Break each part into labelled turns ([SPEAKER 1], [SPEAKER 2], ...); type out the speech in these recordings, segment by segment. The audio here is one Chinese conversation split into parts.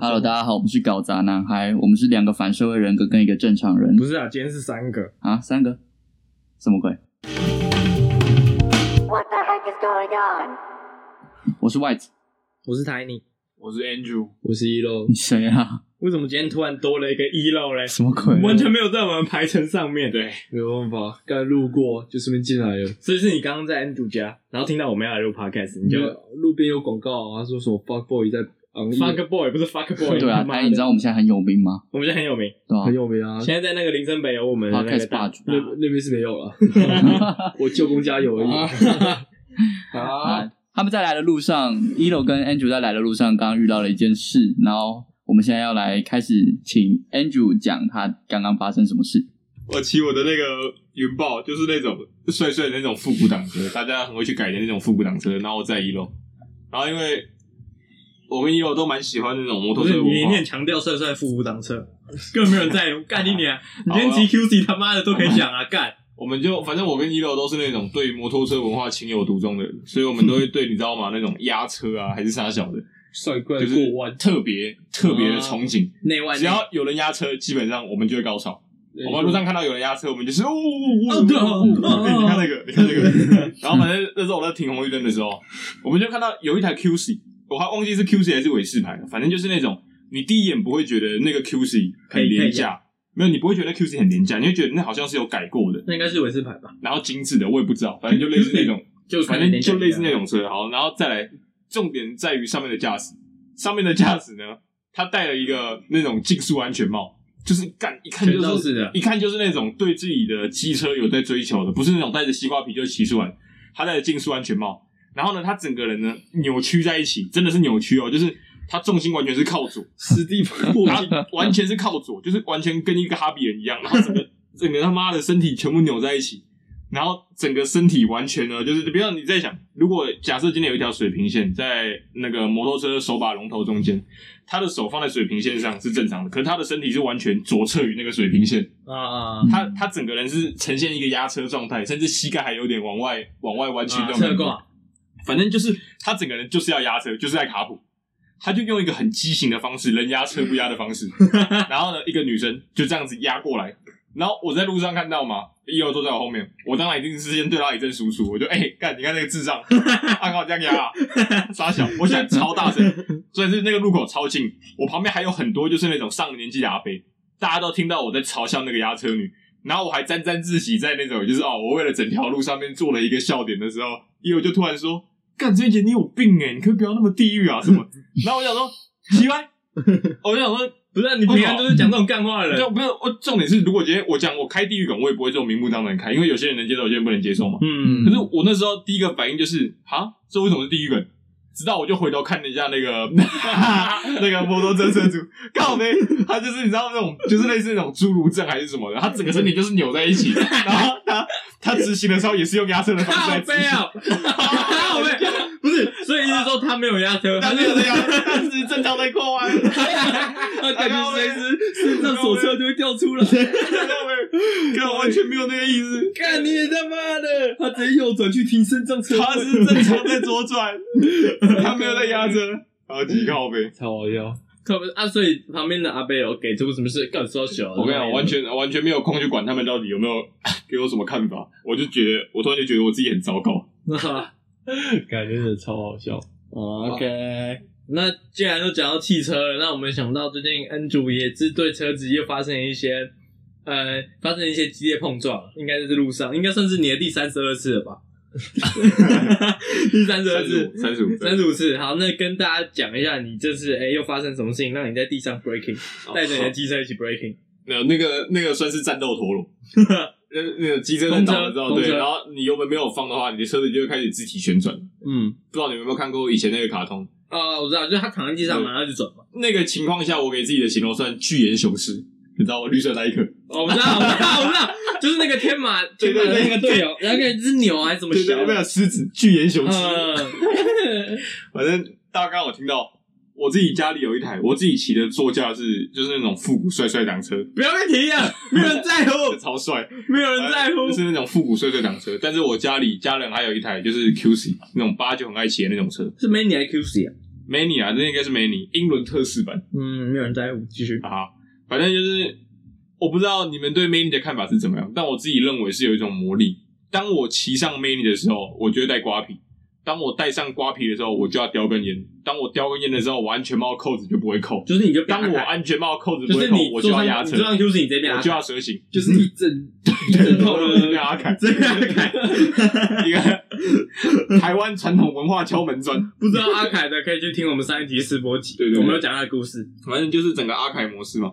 [SPEAKER 1] Hello，大家好，我们是搞砸男孩，我们是两个反社会人格跟一个正常人
[SPEAKER 2] 不是啊，今天是三个。
[SPEAKER 1] 啊，三个，什么鬼？
[SPEAKER 3] What the heck is going on?
[SPEAKER 1] 我是 White，
[SPEAKER 2] 我是 Tiny，
[SPEAKER 4] 我是 Andrew，
[SPEAKER 2] 我是一楼
[SPEAKER 1] 你。谁啊？
[SPEAKER 2] 为什么今天突然多了一个一楼嘞？
[SPEAKER 1] 什么鬼？
[SPEAKER 2] 完全没有在我们排程上面。，
[SPEAKER 4] 对，
[SPEAKER 5] 啊没有办法，刚才路过就顺便进来了。
[SPEAKER 2] 所以是你刚刚在 Andrew 家，然后听到我们要来录 podcast，你
[SPEAKER 5] 你
[SPEAKER 2] 就
[SPEAKER 5] 就路边有广告啊，他说什么 fuck boy 在 E 昂
[SPEAKER 2] fuck boy 不是 fuck boy，
[SPEAKER 1] 对啊，
[SPEAKER 2] 他妈
[SPEAKER 1] 哎，
[SPEAKER 2] 的
[SPEAKER 1] 你知道我们现在很有名吗？
[SPEAKER 2] 我们现在很有名，
[SPEAKER 1] 对啊
[SPEAKER 5] 很，有名啊，
[SPEAKER 2] 现在在那个林森北有我们的那个
[SPEAKER 1] Podcast
[SPEAKER 2] 大
[SPEAKER 1] 霸主
[SPEAKER 5] 那那边是没有 了，我舅公家有而已。
[SPEAKER 1] 啊，他们在来的路上，一楼跟 Andrew 在来的路上，刚刚遇到了一件事，然后我们现在要来开始请 Andrew 讲他刚刚发生什么事。
[SPEAKER 4] 我骑我的那个云豹，就是那种碎碎的那种复古挡车，大家很会去改的那种复古挡车。然后我在一楼，然后因为我跟一楼都蛮喜欢那种摩
[SPEAKER 2] 不
[SPEAKER 4] 托
[SPEAKER 2] 是
[SPEAKER 4] 车文
[SPEAKER 2] 你一
[SPEAKER 4] 化
[SPEAKER 2] 念，强调帅帅复古挡车，根本没有人在乎，干你娘！你今天
[SPEAKER 4] 好啊
[SPEAKER 2] GQC 他妈的都可以讲啊，干！
[SPEAKER 4] 我们就反正我跟一楼都是那种对摩托车文化情有独钟的人，所以我们都会对你知道吗？那种压车啊，还是啥小的，
[SPEAKER 5] 帅怪
[SPEAKER 4] 就是
[SPEAKER 5] 过弯，
[SPEAKER 4] 特别特
[SPEAKER 2] 啊
[SPEAKER 4] 别的憧憬。
[SPEAKER 2] 内外
[SPEAKER 4] 只要有人压车，基本上我们就会高潮。我们路上看到有人压车，我们就是哦，
[SPEAKER 2] 哦对哦
[SPEAKER 4] 你看那个，你看那个。然后反正那时候我在停红绿灯的时候，我们就看到有一台 QC，我还忘记是 QC 还是韦氏牌了，反正就是那种你第一眼不会觉得那个 QC 很廉价，没有，你不会觉得那 QC 很廉价，你会觉得那好像是有改过的，
[SPEAKER 2] 那应该是韦氏牌吧，
[SPEAKER 4] 然后精致的，我也不知道，反正就类似那种，
[SPEAKER 2] 就
[SPEAKER 4] 反正就类似那种车。好，然后再来，重点在于上面的驾驶，上面的驾驶呢，他戴了一个那种竞速安全帽。就是干一看就
[SPEAKER 2] 全罩
[SPEAKER 4] 是
[SPEAKER 2] 式的
[SPEAKER 4] 一看就是那种对自己的机车有在追求的，不是那种戴着西瓜皮就骑出来。他戴着竞速安全帽，然后呢，他整个人呢扭曲在一起，真的是扭曲哦，就是他重心完全是靠左，
[SPEAKER 5] 实地破
[SPEAKER 4] 他完全是靠左，就是完全跟一个哈比人一样，然后整个整个他妈的身体全部扭在一起，然后整个身体完全呢，就是不要你在想，如果假设今天有一条水平线在那个摩托车手把龙头中间，他的手放在水平线上是正常的，可是他的身体是完全左侧于那个水平线，
[SPEAKER 2] 啊啊
[SPEAKER 1] 嗯
[SPEAKER 4] 他他整个人是呈现一个压车状态，甚至膝盖还有点往外往外弯曲
[SPEAKER 2] 啊
[SPEAKER 4] 这种
[SPEAKER 2] 侧
[SPEAKER 4] 感觉。
[SPEAKER 2] 挂，
[SPEAKER 4] 反正就是他整个人就是要压车，就是在卡普，他就用一个很畸形的方式，人压车不压的方式。然后呢，一个女生就这样子压过来，然后我在路上看到嘛，一楼坐在我后面，我当然一定是先对他一阵输出，我就哎干、你看那个智障，按好这样压、啊，傻小，我想超大声，所以是那个路口超近，我旁边还有很多就是那种上了年纪的阿伯，大家都听到我在嘲笑那个压车女，然后我还沾沾自喜在那种就是哦，我为了整条路上面做了一个笑点的时候，因为我就突然说：“干，这姐你有病哎，你可以不要那么地狱啊 什么。”然后我想说：“奇怪，我就想说，
[SPEAKER 2] 不是啊你平常就是讲这种干话的人
[SPEAKER 4] 就，不是我重点是，如果今天我讲我开地狱梗，我也不会这种明目张胆开，因为有些人能接受，有些人不能接受嘛。
[SPEAKER 2] 嗯
[SPEAKER 4] 可是我那时候第一个反应就是啊，这为什么是地狱梗？直到我就回头看了一下那个 那个摩托车车主，靠呗，他就是你知道那种，就是类似那种侏儒症还是什么的，他整个身体就是扭在一起， 然后他他执行的时候也是用压车的方式
[SPEAKER 2] 靠
[SPEAKER 4] 在执
[SPEAKER 2] 背
[SPEAKER 4] 行，
[SPEAKER 2] 啊，靠背，不是，所以意思说他没有压车，
[SPEAKER 4] 他
[SPEAKER 2] 他
[SPEAKER 4] 就
[SPEAKER 2] 就是是
[SPEAKER 4] 这样，他只是正常在过弯，
[SPEAKER 2] 他感觉随时身上手车就会掉出来，
[SPEAKER 4] 哥完全没有那个意思，
[SPEAKER 2] 干你他妈的，他直接右转去停身上车，
[SPEAKER 4] 他是正常在左转，他没有在压车，好几靠呗。
[SPEAKER 5] 超好笑。
[SPEAKER 2] 靠背啊，所以旁边的阿贝有给出什么事，干说小，
[SPEAKER 4] 我跟你讲， 完全完全没有空去管他们到底有没有给我什么看法，我就觉得，我突然就觉得我自己很糟糕。
[SPEAKER 5] 感觉真的超好笑。
[SPEAKER 2] 哦
[SPEAKER 4] 啊
[SPEAKER 2] OK，那既然都讲到汽车了，那我们想到最近恩主也是对车子又发生了一些，呃，发生一些激烈碰撞，应该在这路上，应该算是你的第三十二次了吧？第三十二次，
[SPEAKER 4] 三十五，
[SPEAKER 2] 三十五次。好，那跟大家讲一下，你这次哎、又发生什么事情，让你在地上 breaking，带
[SPEAKER 4] 哦
[SPEAKER 2] 着你的机车一起 breaking，
[SPEAKER 4] 没有那个那个算是战斗陀螺，那那个机车在倒的时候，
[SPEAKER 2] 公车
[SPEAKER 4] 对，
[SPEAKER 2] 公车
[SPEAKER 4] 然后你油门没有放的话，你的车子就会开始自体旋转。
[SPEAKER 2] 嗯，
[SPEAKER 4] 不知道你们有没有看过以前那个卡通？
[SPEAKER 2] 啊、我知道，就是他躺在地
[SPEAKER 4] 嗯
[SPEAKER 2] 上嘛，然后就转嘛。
[SPEAKER 4] 那个情况下，我给自己的形容算巨岩雄狮，你知道吗？绿色那一颗，
[SPEAKER 2] 哦，我知道，我知道，我知道，就是那个天 马天马的那个队友，然后那只牛还是什么
[SPEAKER 4] 对
[SPEAKER 2] 小
[SPEAKER 4] 对，没有狮子，巨岩雄狮。
[SPEAKER 2] 嗯，
[SPEAKER 4] 反正大家刚好听到，我自己家里有一台，我自己骑的座驾是就是那种复古帅帅挡车，
[SPEAKER 2] 不要再提了，没有人在乎，
[SPEAKER 4] 超帅。
[SPEAKER 2] 没有人在乎
[SPEAKER 4] 就。是那种复古碎碎挡车。但是我家里家人还有一台就是 QC 那种八九很爱骑的那种车，
[SPEAKER 2] 是 Mini 还是 QC 啊？
[SPEAKER 4] Many 啊，这应该是 Many 英伦特仕版
[SPEAKER 2] 嗯，没有人在乎，继续。
[SPEAKER 4] 啊哈。反正就是我不知道你们对 Many 的看法是怎么样，但我自己认为是有一种魔力。当我骑上 Many 的时候，我就会戴瓜皮；当我戴上瓜皮的时候，我就要叼根烟；当我叼根烟的时候，我安全帽扣子就不会扣；
[SPEAKER 2] 就是你就
[SPEAKER 4] 当我
[SPEAKER 2] 按，
[SPEAKER 4] 安全帽扣子
[SPEAKER 2] 就
[SPEAKER 4] 不会
[SPEAKER 2] 是
[SPEAKER 4] 扣，
[SPEAKER 2] 你
[SPEAKER 4] 我
[SPEAKER 2] 坐
[SPEAKER 4] 就要
[SPEAKER 2] 上
[SPEAKER 4] 压
[SPEAKER 2] 你
[SPEAKER 4] 车
[SPEAKER 2] 坐，上 Q 是你这边
[SPEAKER 4] 我
[SPEAKER 2] 拉
[SPEAKER 4] 就要蛇形。
[SPEAKER 5] 就是一整一整 套
[SPEAKER 4] 对
[SPEAKER 5] 的
[SPEAKER 4] 阿凯，
[SPEAKER 2] 这边拉开。
[SPEAKER 4] 一个台湾传统文化敲门砖，
[SPEAKER 2] 不知道阿凯的可以去听我们上一集试播集，
[SPEAKER 4] 对对对
[SPEAKER 2] 我们有讲他的故事。
[SPEAKER 4] 反正就是整个阿凯模式嘛。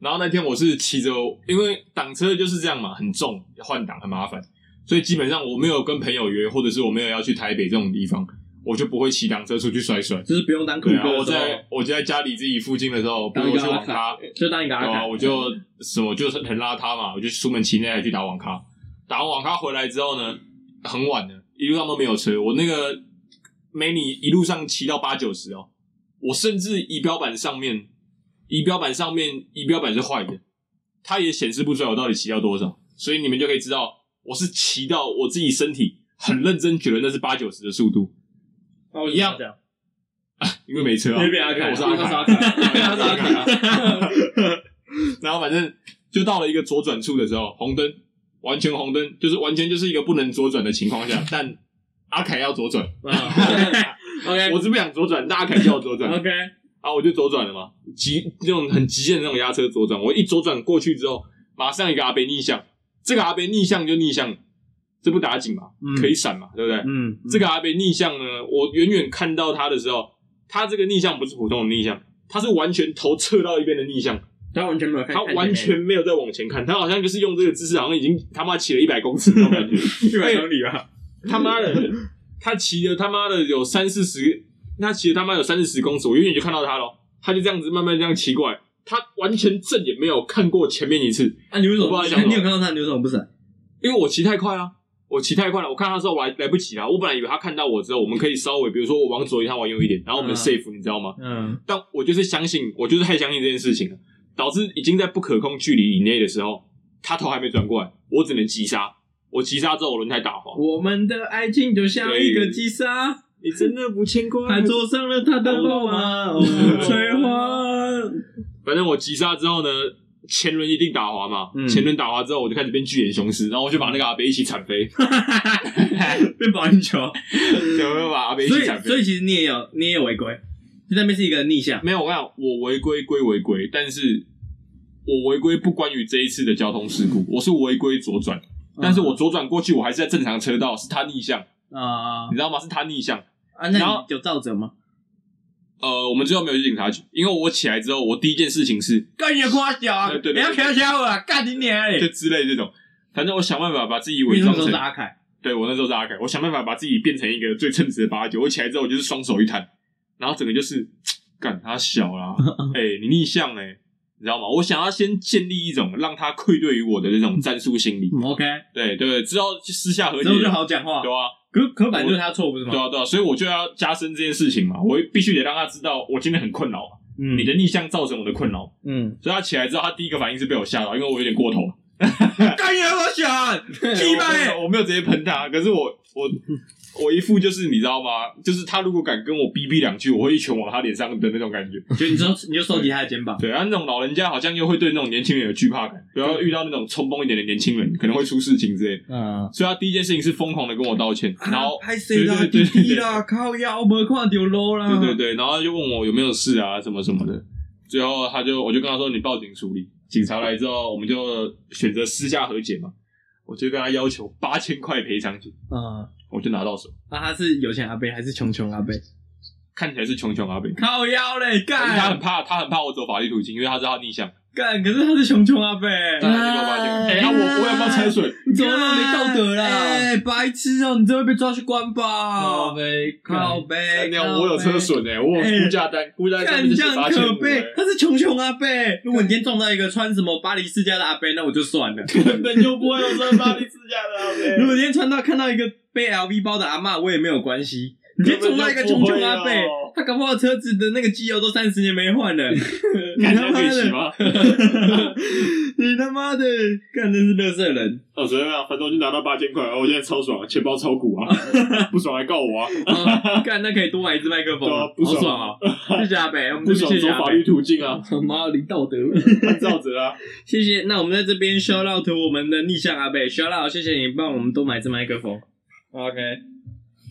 [SPEAKER 4] 然后那天我是骑着，因为挡车就是这样嘛，很重，换挡很麻烦，所以基本上我没有跟朋友约，或者是我没有要去台北这种地方，我就不会骑挡车出去甩甩。
[SPEAKER 2] 就是不用当酷
[SPEAKER 4] 对啊，
[SPEAKER 2] 哥
[SPEAKER 4] 我
[SPEAKER 2] 的时候
[SPEAKER 4] 在，我就在家里自己附近的时候，不
[SPEAKER 5] 当
[SPEAKER 4] 如
[SPEAKER 5] 一
[SPEAKER 4] 我
[SPEAKER 5] 个
[SPEAKER 4] 去网咖，
[SPEAKER 2] 就当一个阿
[SPEAKER 4] 对啊，
[SPEAKER 2] 凯，
[SPEAKER 4] 我就什么就是很邋遢嘛，我就出门骑那台去打网咖，打完网咖回来之后呢，很晚了，一路上都没有车，我那个 mini 一路上骑到八九十哦，我甚至仪表板上面，仪表板上面仪表板是坏的，它也显示不出来我到底骑到多少，所以你们就可以知道我是骑到我自己身体很认真觉得那是八九十的速度，
[SPEAKER 2] 哦
[SPEAKER 4] 一样
[SPEAKER 2] 这样。
[SPEAKER 4] 因为没车啊，
[SPEAKER 2] 因为被阿
[SPEAKER 4] 因
[SPEAKER 2] 凯，
[SPEAKER 4] 为我 是
[SPEAKER 2] 因
[SPEAKER 4] 阿
[SPEAKER 2] 为他
[SPEAKER 4] 凯
[SPEAKER 2] 是
[SPEAKER 4] 啊
[SPEAKER 2] 阿，凯，他是阿凯。
[SPEAKER 4] 然后反正就到了一个左转处的时候，红灯，完全红灯，就是完全就是一个不能左转的情况下，但阿凯要左转，
[SPEAKER 2] 啊 OK
[SPEAKER 4] 我是不想左转，但阿凯叫我左转，
[SPEAKER 2] OK，
[SPEAKER 4] 啊，我就左转了嘛，极那种很极限的那种压车左转，我一左转过去之后，马上一个阿贝逆向，这个阿贝逆向就逆向，这不打紧嘛，
[SPEAKER 2] 嗯
[SPEAKER 4] 可以闪嘛，对不对？
[SPEAKER 2] 嗯，
[SPEAKER 4] 这个阿贝逆向呢，我远远看到他的时候，他这个逆向不是普通的逆向，他是完全头侧到一边的逆向。
[SPEAKER 2] 他完全没有看，
[SPEAKER 4] 他
[SPEAKER 2] 看起来
[SPEAKER 4] 完全没有在往前看，他好像就是用这个姿势，好像已经他妈骑了一百公尺那种感觉。
[SPEAKER 2] 一百公里吧，
[SPEAKER 4] 他妈的，他骑了他妈的有三四十，他骑了他妈有三四十公尺，我远远就看到他咯，他就这样子慢慢这样骑过来，他完全正也没有看过前面一次，
[SPEAKER 2] 啊，你为什么
[SPEAKER 4] 我
[SPEAKER 2] 不
[SPEAKER 4] 不知道嗯
[SPEAKER 2] 闪？你有看到他，你为什么不闪？
[SPEAKER 4] 因为我骑太快了、我骑太快了，我看他之后我来来不及了。我本来以为他看到我之后，我们可以稍微，比如说我往左一趟，往右一点，然后我
[SPEAKER 2] 嗯
[SPEAKER 4] 们 safe，、你知道吗？
[SPEAKER 2] 嗯，
[SPEAKER 4] 但我就是相信，我就是太相信这件事情了，导致已经在不可控距离以内的时候，他头还没转过来，我只能急刹。我急刹之后，我轮胎打滑。
[SPEAKER 2] 我们的爱情就像一个击杀，
[SPEAKER 4] 你真的不牵挂
[SPEAKER 2] 还坐上了他的罗马，哦催花。
[SPEAKER 4] 反正我急刹之后呢，前轮一定打滑嘛。
[SPEAKER 2] 嗯
[SPEAKER 4] 前轮打滑之后，我就开始变巨眼雄狮，然后我就把那个阿北一起 铲飞，
[SPEAKER 2] 变保龄球，
[SPEAKER 4] 对，我就把阿北一
[SPEAKER 2] 所
[SPEAKER 4] 起
[SPEAKER 2] 以
[SPEAKER 4] 铲飞
[SPEAKER 2] 所。以其实你也有你也有违规，就那边是一个逆向，
[SPEAKER 4] 没有，我跟你讲，我违规归违规，但是我违规不关于这一次的交通事故，我是违规左转，
[SPEAKER 2] 嗯
[SPEAKER 4] 但是我左转过去，我还是在正常车道，是他逆向，
[SPEAKER 2] 啊
[SPEAKER 4] 你知道吗？是他逆向。
[SPEAKER 2] 啊，那
[SPEAKER 4] 然后
[SPEAKER 2] 你有照着吗？
[SPEAKER 4] 呃，我们最后没有去警察局，因为我起来之后，我第一件事情是
[SPEAKER 2] 干你夸小啊
[SPEAKER 4] 对对对
[SPEAKER 2] 不要开玩笑啊，干你娘
[SPEAKER 4] 就
[SPEAKER 2] 嘞！
[SPEAKER 4] 之类这种，反正我想办法把自己
[SPEAKER 2] 你
[SPEAKER 4] 伪
[SPEAKER 2] 那
[SPEAKER 4] 装
[SPEAKER 2] 时候
[SPEAKER 4] 成
[SPEAKER 2] 是，阿凯，
[SPEAKER 4] 对我那时候是阿凯，我想办法把自己变成一个最称职的八九。我起来之后，我就是双手一摊，然后整个就是干他小 啦，哎、你逆向哎、你知道吗？我想要先建立一种让他愧对于我的这种战术心理，
[SPEAKER 2] 嗯 OK，
[SPEAKER 4] 对对对，之后就私下和解
[SPEAKER 2] 之，后就好讲话
[SPEAKER 4] 对。啊，
[SPEAKER 2] 可可本来就是他错不是吗
[SPEAKER 4] 对？啊，对啊，所以我就要加深这件事情嘛，我必须得让他知道我今天很困扰，
[SPEAKER 2] 嗯
[SPEAKER 4] 你的逆向造成我的困扰，
[SPEAKER 2] 嗯，
[SPEAKER 4] 所以他起来之后，他第一个反应是被我吓到，因为我有点过头。
[SPEAKER 2] 干你我小，鸡巴
[SPEAKER 4] 我没
[SPEAKER 2] 欸
[SPEAKER 4] 有我没有直接喷他，可是我我我一副就是你知道吗？就是他如果敢跟我逼逼两句，我会一拳往他脸上的那种感觉。
[SPEAKER 2] 就你就你就收集他的肩膀，
[SPEAKER 4] 对，啊，那种老人家好像又会对那种年轻人有惧怕感，不要遇到那种冲动一点的年轻人，可能会出事情之类。
[SPEAKER 2] 嗯，
[SPEAKER 4] 所以他第一件事情是疯狂的跟我道 歉，然后
[SPEAKER 2] 拍谁啦，
[SPEAKER 4] 对
[SPEAKER 2] 弟
[SPEAKER 4] 对对
[SPEAKER 2] 弟啦，靠腰没看到路啦，
[SPEAKER 4] 对对对，然后就问我有没有事啊，什么什么的。最后他就我就跟他说你报警处理，警察来之后我们就选择私下和解嘛。我就跟他要求八千块赔偿金，
[SPEAKER 2] 嗯，
[SPEAKER 4] 我就拿到手，
[SPEAKER 2] 那他是有钱阿贝还是穷穷阿贝？
[SPEAKER 4] 看起来是穷穷 阿北。
[SPEAKER 2] 靠腰嘞，
[SPEAKER 4] 可是他很
[SPEAKER 2] 干
[SPEAKER 4] 怕，他很怕我走法律途径，因为他知道他逆向。
[SPEAKER 2] 干，可是他是穷穷阿贝，
[SPEAKER 4] 当然就把我发现哎、啊，我我有没有掺水？
[SPEAKER 2] 你
[SPEAKER 5] 怎么那么没道德啦
[SPEAKER 2] 哎，白痴哦，你这会被抓去关吧？
[SPEAKER 5] 呗，
[SPEAKER 2] 靠背，
[SPEAKER 4] 哎那
[SPEAKER 2] 靠
[SPEAKER 4] 我有车
[SPEAKER 2] 背。
[SPEAKER 4] 损哎、我有估价单，估价单上
[SPEAKER 2] 干
[SPEAKER 4] 面
[SPEAKER 2] 你
[SPEAKER 4] 就
[SPEAKER 2] 这
[SPEAKER 4] 是
[SPEAKER 2] 样
[SPEAKER 4] 八千
[SPEAKER 2] 可
[SPEAKER 4] 五哎
[SPEAKER 2] 悲，他是穷穷阿贝。如果你今天撞到一个穿什么巴黎世家的阿贝，那我就算了。
[SPEAKER 4] 根本就不会有车巴黎自驾 的
[SPEAKER 2] 如果今天穿到看到一个背 LV 包的阿嬷，我也没有关系。你今天撞到一个穷穷阿贝，
[SPEAKER 4] 哦，
[SPEAKER 2] 他搞不好车子的那个机油都三十年没换 了，你
[SPEAKER 4] 感
[SPEAKER 2] 他
[SPEAKER 4] 觉
[SPEAKER 2] 妈
[SPEAKER 4] 可以洗
[SPEAKER 2] 的，
[SPEAKER 4] 吗？
[SPEAKER 2] 你他妈的，干真是乐色 人。
[SPEAKER 4] 哦，所以啊，反正我就拿到八千块，哦我现在超爽，钱包超 鼓啊，不爽还告我啊，
[SPEAKER 2] 啊干、那可以多买一支麦克风、
[SPEAKER 4] 对啊不
[SPEAKER 2] 好
[SPEAKER 4] 爽
[SPEAKER 2] 爽啊！谢谢阿北，我们
[SPEAKER 4] 不
[SPEAKER 2] 这边谢
[SPEAKER 4] 爽走
[SPEAKER 2] 谢阿
[SPEAKER 4] 法
[SPEAKER 2] 北
[SPEAKER 4] 律，途径啊，
[SPEAKER 5] 他妈零道德，
[SPEAKER 4] 按照着啊，
[SPEAKER 2] 谢谢。那我们在这边 shout out to 我们的逆向阿北，shout out，谢谢你帮我们多买一支麦克风。OK，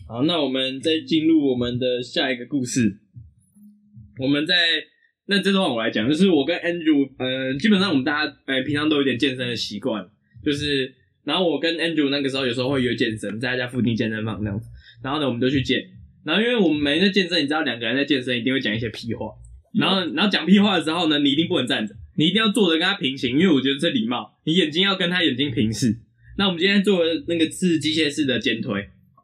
[SPEAKER 2] 好，那我们再进入我们的下一个故事。我们在那这段我来讲，就是我跟 Andrew，呃，基本上我们大家呃平常都有点健身的习惯，就是然后我跟 Andrew 那个时候有时候会约健身，在他家附近健身房那样子，然后呢我们就去健，然后因为我们每天在健身，你知道两个人在健身一定会讲一些屁话， 然后
[SPEAKER 6] 嗯
[SPEAKER 2] 然后讲屁话的时候呢，你一定不能站着，你一定要坐着跟他平行，因为我觉得这礼貌，你眼睛要跟他眼睛平视。那我们今天做的那个是机械式的肩推，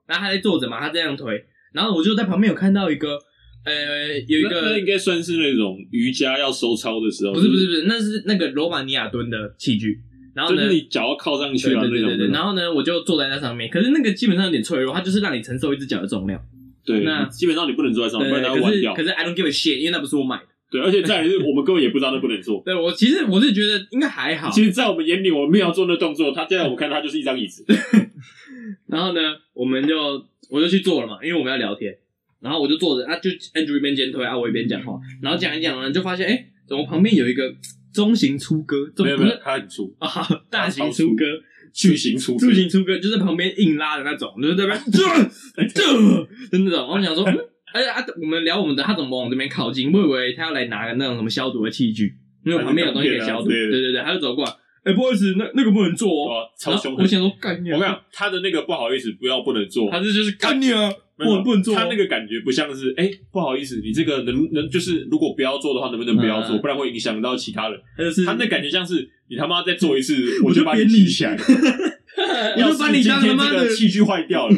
[SPEAKER 2] 然后他在坐着嘛，他这样推，然后我就在旁边有看到一个，呃，有一
[SPEAKER 6] 那
[SPEAKER 2] 个
[SPEAKER 6] 那应该算是那种瑜伽要收操的时候，
[SPEAKER 2] 不是不
[SPEAKER 6] 就是
[SPEAKER 2] 不是，那是那个罗马尼亚蹲的器具。然后
[SPEAKER 6] 就
[SPEAKER 2] 呢，
[SPEAKER 6] 是你脚要靠上去
[SPEAKER 2] 对
[SPEAKER 6] 啊那
[SPEAKER 2] 对对对
[SPEAKER 6] 种
[SPEAKER 2] 对，
[SPEAKER 6] 的。
[SPEAKER 2] 然后呢，我就坐在那上面。可是那个基本上有点脆弱，它就是让你承受一只脚的重量。
[SPEAKER 6] 对，
[SPEAKER 2] 那
[SPEAKER 6] 基本上你不能坐在上
[SPEAKER 2] 对
[SPEAKER 6] 哦面，不然它会
[SPEAKER 2] 可
[SPEAKER 6] 弯
[SPEAKER 2] 是
[SPEAKER 6] 掉
[SPEAKER 2] 可。是 I don't give a shit，因为那不是我买的。
[SPEAKER 6] 对，而且再来是我们根本也不知道那不能做。
[SPEAKER 2] 对我其实我是觉得应该还好。
[SPEAKER 6] 其实，在我们眼里，我们没有要做那动作，他现在我们看他就是一张椅子。
[SPEAKER 2] 然后呢，我们就我就去做了嘛，因为我们要聊天。然后我就坐着啊，就 Andrew 一边肩推啊，我一边讲话。然后讲一讲呢，就发现哎，怎么旁边有一个中型粗哥，中
[SPEAKER 4] 没有没
[SPEAKER 2] 不
[SPEAKER 4] 有，
[SPEAKER 2] 是
[SPEAKER 4] 他很粗，
[SPEAKER 2] 啊，大型
[SPEAKER 4] 超
[SPEAKER 2] 粗
[SPEAKER 4] 粗
[SPEAKER 2] 哥，
[SPEAKER 4] 巨型粗，
[SPEAKER 2] 柱形出哥就是旁边硬拉的那种，就是在那边这这的那种。我想说，嗯，而且啊，我们聊我们的，他怎么往我这边靠近？我以为他要来拿个那种什么消毒的器具，因为我旁边有东西可以消毒。
[SPEAKER 4] 还
[SPEAKER 2] 对
[SPEAKER 4] 是钢片啊
[SPEAKER 2] 对对，他就走过来，哎、不好意思，那那个不能做哦。
[SPEAKER 4] 哇，超
[SPEAKER 2] 然后
[SPEAKER 4] 凶
[SPEAKER 2] 我
[SPEAKER 4] 狠。
[SPEAKER 2] 想说，干你
[SPEAKER 4] 我
[SPEAKER 2] 啊，
[SPEAKER 4] 跟你讲，他的那个不好意思，不要不能做，
[SPEAKER 2] 他这就是干你啊，不能不能做哦。
[SPEAKER 4] 他那个感觉不像是，哎、不好意思，你这个能能就是如果不要做的话，能不能不要做，
[SPEAKER 2] 嗯
[SPEAKER 4] 不然会影响到其他人。
[SPEAKER 2] 他就是
[SPEAKER 4] 他那感觉像是你他妈再做一 次，
[SPEAKER 2] 我
[SPEAKER 4] 我
[SPEAKER 2] 就
[SPEAKER 4] 就把你
[SPEAKER 2] 扁你
[SPEAKER 4] 举起来。
[SPEAKER 2] 我
[SPEAKER 4] 要
[SPEAKER 2] 就是把呃你
[SPEAKER 4] 今
[SPEAKER 2] 当他
[SPEAKER 4] 天
[SPEAKER 2] 妈
[SPEAKER 4] 这
[SPEAKER 2] 的
[SPEAKER 4] 个。器具坏掉了，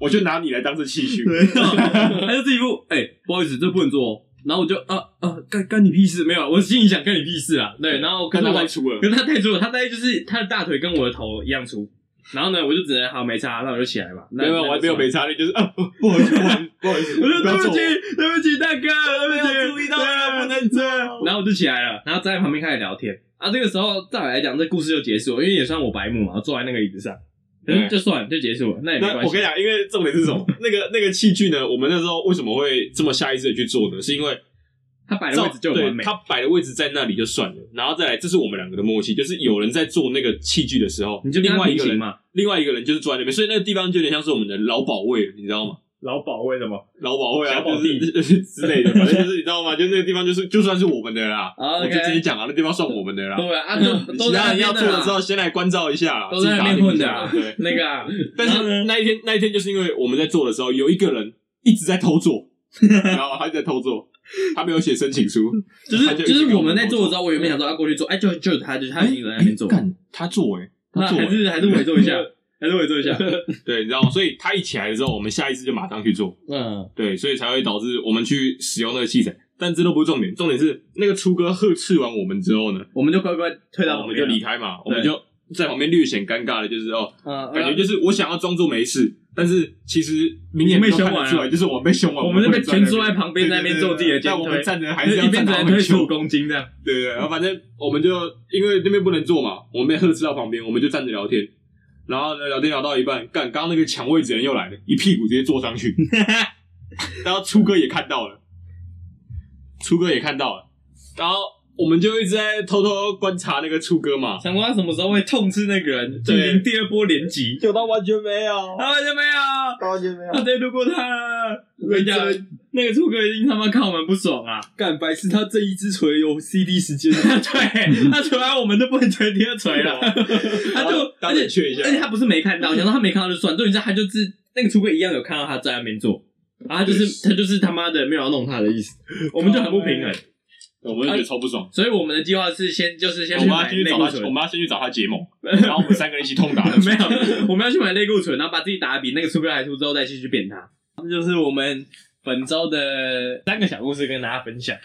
[SPEAKER 4] 我就拿你来当这器具。
[SPEAKER 2] 对， 他就这一副，哎、不好意思，这不能做、哦。然后我就啊啊，干干你屁事没有？啊我心里想干你屁事啊。对，然后可
[SPEAKER 4] 看
[SPEAKER 2] 是
[SPEAKER 4] 他
[SPEAKER 2] 我
[SPEAKER 4] 太粗了
[SPEAKER 2] 可，是他太粗了，他大概就是他的大腿跟我的头一样粗。然后呢，我就只能好没差，那我就起来吧。那
[SPEAKER 4] 没有，我还没有，没差力，就是啊， 不好意思， 不好意思，
[SPEAKER 2] 那我就
[SPEAKER 4] 不要
[SPEAKER 2] 对
[SPEAKER 4] 做
[SPEAKER 2] 不起，对不起，大哥，对不起，对啊
[SPEAKER 4] 能做。
[SPEAKER 2] 然后我就起来了，然后站在旁边开始聊天。啊，这个时候照理来讲，这故事就结束了，因为也算我白目嘛，我坐在那个椅子上，可是
[SPEAKER 4] 对
[SPEAKER 2] 就算了，就结束了，那也没
[SPEAKER 4] 那
[SPEAKER 2] 关
[SPEAKER 4] 我跟
[SPEAKER 2] 系
[SPEAKER 4] 你。讲，因为重点是什么？那个那个器具呢？我们那时候为什么会这么下意识的去做呢？是因为
[SPEAKER 2] 他摆的
[SPEAKER 4] 照
[SPEAKER 2] 位置就很完美
[SPEAKER 4] 对，他摆的位置在那里就算了，然后再来，这是我们两个的默契，就是有人在做那个器具的时候，
[SPEAKER 2] 你就跟
[SPEAKER 4] 另
[SPEAKER 2] 他
[SPEAKER 4] 外一
[SPEAKER 2] 平
[SPEAKER 4] 个
[SPEAKER 2] 行
[SPEAKER 4] 人，
[SPEAKER 2] 嘛，
[SPEAKER 4] 另外一个人就是坐在那边，所以那个地方就有点像是我们的老保卫，你知道吗？
[SPEAKER 2] 老保卫什么？
[SPEAKER 4] 老保卫啊，
[SPEAKER 2] 小保
[SPEAKER 4] 就是
[SPEAKER 2] 弟
[SPEAKER 4] 之类的，反正就是你知道吗？就那个地方就是就算是我们的啦，
[SPEAKER 2] 啊
[SPEAKER 4] 我
[SPEAKER 2] ，OK
[SPEAKER 4] 就直接讲啊，那地方算我们的啦。
[SPEAKER 2] 对啊， 就 都
[SPEAKER 4] 嗯其
[SPEAKER 2] 在
[SPEAKER 4] 他
[SPEAKER 2] 那
[SPEAKER 4] 人
[SPEAKER 2] 边
[SPEAKER 4] 要做的时
[SPEAKER 2] 啊
[SPEAKER 4] 候，先来关照一下啦，
[SPEAKER 2] 都在那边
[SPEAKER 4] 自己打听
[SPEAKER 2] 混
[SPEAKER 4] 一
[SPEAKER 2] 的
[SPEAKER 4] 下
[SPEAKER 2] 啊
[SPEAKER 4] 啦， 对。
[SPEAKER 2] 那个啊，
[SPEAKER 4] 但是那一天那一天就是因为我们在做的时候，有一个人一直在 偷做，然后他一直在偷做，他没有写申 请书，
[SPEAKER 2] 就是
[SPEAKER 4] 他就一
[SPEAKER 2] 就
[SPEAKER 4] 直
[SPEAKER 2] 是
[SPEAKER 4] 跟
[SPEAKER 2] 我们在做的时
[SPEAKER 4] 偷
[SPEAKER 2] 候，我原本想说要过去做，哎，就就他就是他已经在那
[SPEAKER 4] 哎
[SPEAKER 2] 边做，
[SPEAKER 4] 干他做哎，
[SPEAKER 2] 那
[SPEAKER 4] 他做
[SPEAKER 2] 还
[SPEAKER 4] 哎，
[SPEAKER 2] 是还是伪做一 下，还是伪做一下。
[SPEAKER 4] 对，你知道吗？所以他一起来的时候，我们下一次就马上去做，
[SPEAKER 2] 嗯，
[SPEAKER 4] 对，所以才会导致我们去使用那个器材。但这都不是重点，重点是那个初哥呵斥完我们之后呢，
[SPEAKER 2] 我们就乖乖退到
[SPEAKER 4] 哦我们就离
[SPEAKER 2] 开。
[SPEAKER 4] 开嘛，我
[SPEAKER 2] 啊对
[SPEAKER 4] 们就在旁边略显尴尬的，就是哦，
[SPEAKER 2] 嗯，
[SPEAKER 4] 感觉就是我想要装作没事，但是其实明眼
[SPEAKER 2] 已经被
[SPEAKER 4] 人都看
[SPEAKER 2] 凶完啊
[SPEAKER 4] 得
[SPEAKER 2] 了
[SPEAKER 4] 出来，就是我被凶完，
[SPEAKER 2] 我们
[SPEAKER 4] 不
[SPEAKER 2] 那
[SPEAKER 4] 能
[SPEAKER 2] 边全坐在
[SPEAKER 4] 边
[SPEAKER 2] 旁边，在那边做自己的肩
[SPEAKER 4] 但我们
[SPEAKER 2] 推，
[SPEAKER 4] 站着还是要
[SPEAKER 2] 一边
[SPEAKER 4] 站
[SPEAKER 2] 只
[SPEAKER 4] 到
[SPEAKER 2] 能
[SPEAKER 4] 很
[SPEAKER 2] 推十五
[SPEAKER 4] 久，
[SPEAKER 2] 公斤这样。
[SPEAKER 4] 对对，对然后反正我们就因为那边不能坐嘛，我们被呵斥到旁边，我们就站着聊天，然后呢聊天聊到一半，干，刚刚那个抢位置的人又来了，一屁股直接坐 上去，然后初哥也看到了，初哥也看到了，然后我们就一直在偷偷观察那个初哥嘛，
[SPEAKER 2] 想说他什么时候会痛斥那个人，进行第二波连击？
[SPEAKER 5] 有到完全没有，
[SPEAKER 2] 啊，有没有？
[SPEAKER 5] 完全没
[SPEAKER 2] 他直接路过他了。我跟你讲，那个出哥一定他妈看我们不爽啊！
[SPEAKER 5] 干白痴，他这一只锤有 CD 时 间，
[SPEAKER 2] 对，他捶完我们都不能捶第二捶 了，他就
[SPEAKER 4] 大
[SPEAKER 2] 而
[SPEAKER 4] 家
[SPEAKER 2] 且
[SPEAKER 4] 冷却一下
[SPEAKER 2] 而，且他不是没看到，想到他没看到就算，重点是他就是那个橱柜一样有看到他在那边做，然后他就是他就是他妈的没有要弄他的意思，我们就很不平衡，
[SPEAKER 4] 我们就觉
[SPEAKER 2] 哎
[SPEAKER 4] 得超不爽。
[SPEAKER 2] 所以我们的计划是先就是先
[SPEAKER 4] 我
[SPEAKER 2] 去
[SPEAKER 4] 们要
[SPEAKER 2] 买
[SPEAKER 4] 先去
[SPEAKER 2] 内
[SPEAKER 4] 找
[SPEAKER 2] 裤
[SPEAKER 4] 他，我
[SPEAKER 2] 存，
[SPEAKER 4] 们要先去找他结盟， 然后我们三个人一起痛 打那个
[SPEAKER 2] 没有，我们要去买内裤存，然后把自己打得比那个橱柜还粗之后再继续扁他，这就是我们本周的三个小故事跟大家分 享。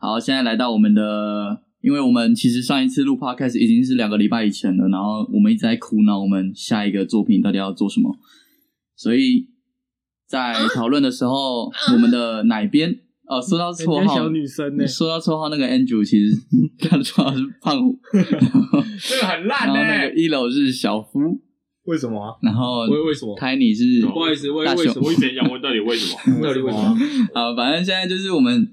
[SPEAKER 1] 好，现在来到我们的，因为我们其实上一次录 podcast 已经是两个礼拜以前了，然后我们一直在苦恼我们下一个作品到底要做什么，所以在讨论的时候，我们的哪边哦，说到
[SPEAKER 2] 啊人
[SPEAKER 1] 绰
[SPEAKER 2] 家
[SPEAKER 1] 号
[SPEAKER 2] 小，女生呢、
[SPEAKER 1] 说到绰号那个 Andrew，其实他的绰号是胖 虎，
[SPEAKER 2] 这个很
[SPEAKER 1] 然
[SPEAKER 2] 烂欸
[SPEAKER 1] 后
[SPEAKER 2] 呢、
[SPEAKER 1] 那个一楼是小夫，
[SPEAKER 2] 为什么、啊？
[SPEAKER 1] 然后
[SPEAKER 2] 为为什么？
[SPEAKER 1] Tiny 是
[SPEAKER 2] 不好意思，为
[SPEAKER 1] 大
[SPEAKER 2] 为
[SPEAKER 1] 熊
[SPEAKER 2] 什么？
[SPEAKER 4] 我一直想问 到底为什么？
[SPEAKER 2] 到底为什么？
[SPEAKER 1] 啊，反正现在就是我们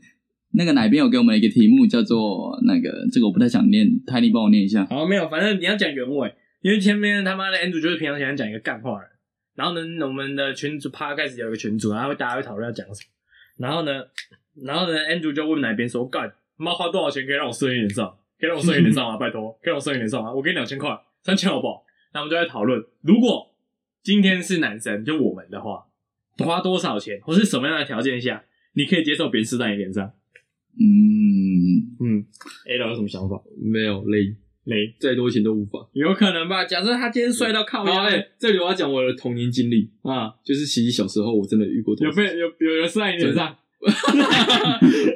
[SPEAKER 1] 那个哪边有给我们一个题目，叫做那个这个我不太想念，Tiny 帮我念一下。
[SPEAKER 2] 好，没有，反正你要讲原委，因为前面他妈的 Andrew 就是平常喜欢讲一个干话人，然后呢，我们的群主 p 开始有一个群主，然后大家会讨论要讲什么，然后呢，然后呢，Andrew 就问哪边说，干，妈花多少钱可以让我顺一点上？可以让我顺一点上吗？拜托，可以让我顺一点上吗？我给你两千块，三千好不好？那我们就在讨论，如果今天是男生，就我们的话，花多少钱，或是什么样的条件下，你可以接受别人吃在你脸上？
[SPEAKER 1] 嗯，
[SPEAKER 2] 嗯，A 老有什么想法？
[SPEAKER 5] 没有累，
[SPEAKER 2] 雷，
[SPEAKER 5] 再多钱都无法。
[SPEAKER 2] 有可能吧？假设他今天帅到靠
[SPEAKER 5] 好，
[SPEAKER 2] 腰，
[SPEAKER 5] 哎、这里我要讲我的童年经历，
[SPEAKER 2] 啊，
[SPEAKER 5] 就是其实小时候我真的遇过同
[SPEAKER 2] 有
[SPEAKER 5] 事
[SPEAKER 2] 被有有人射在你脸上，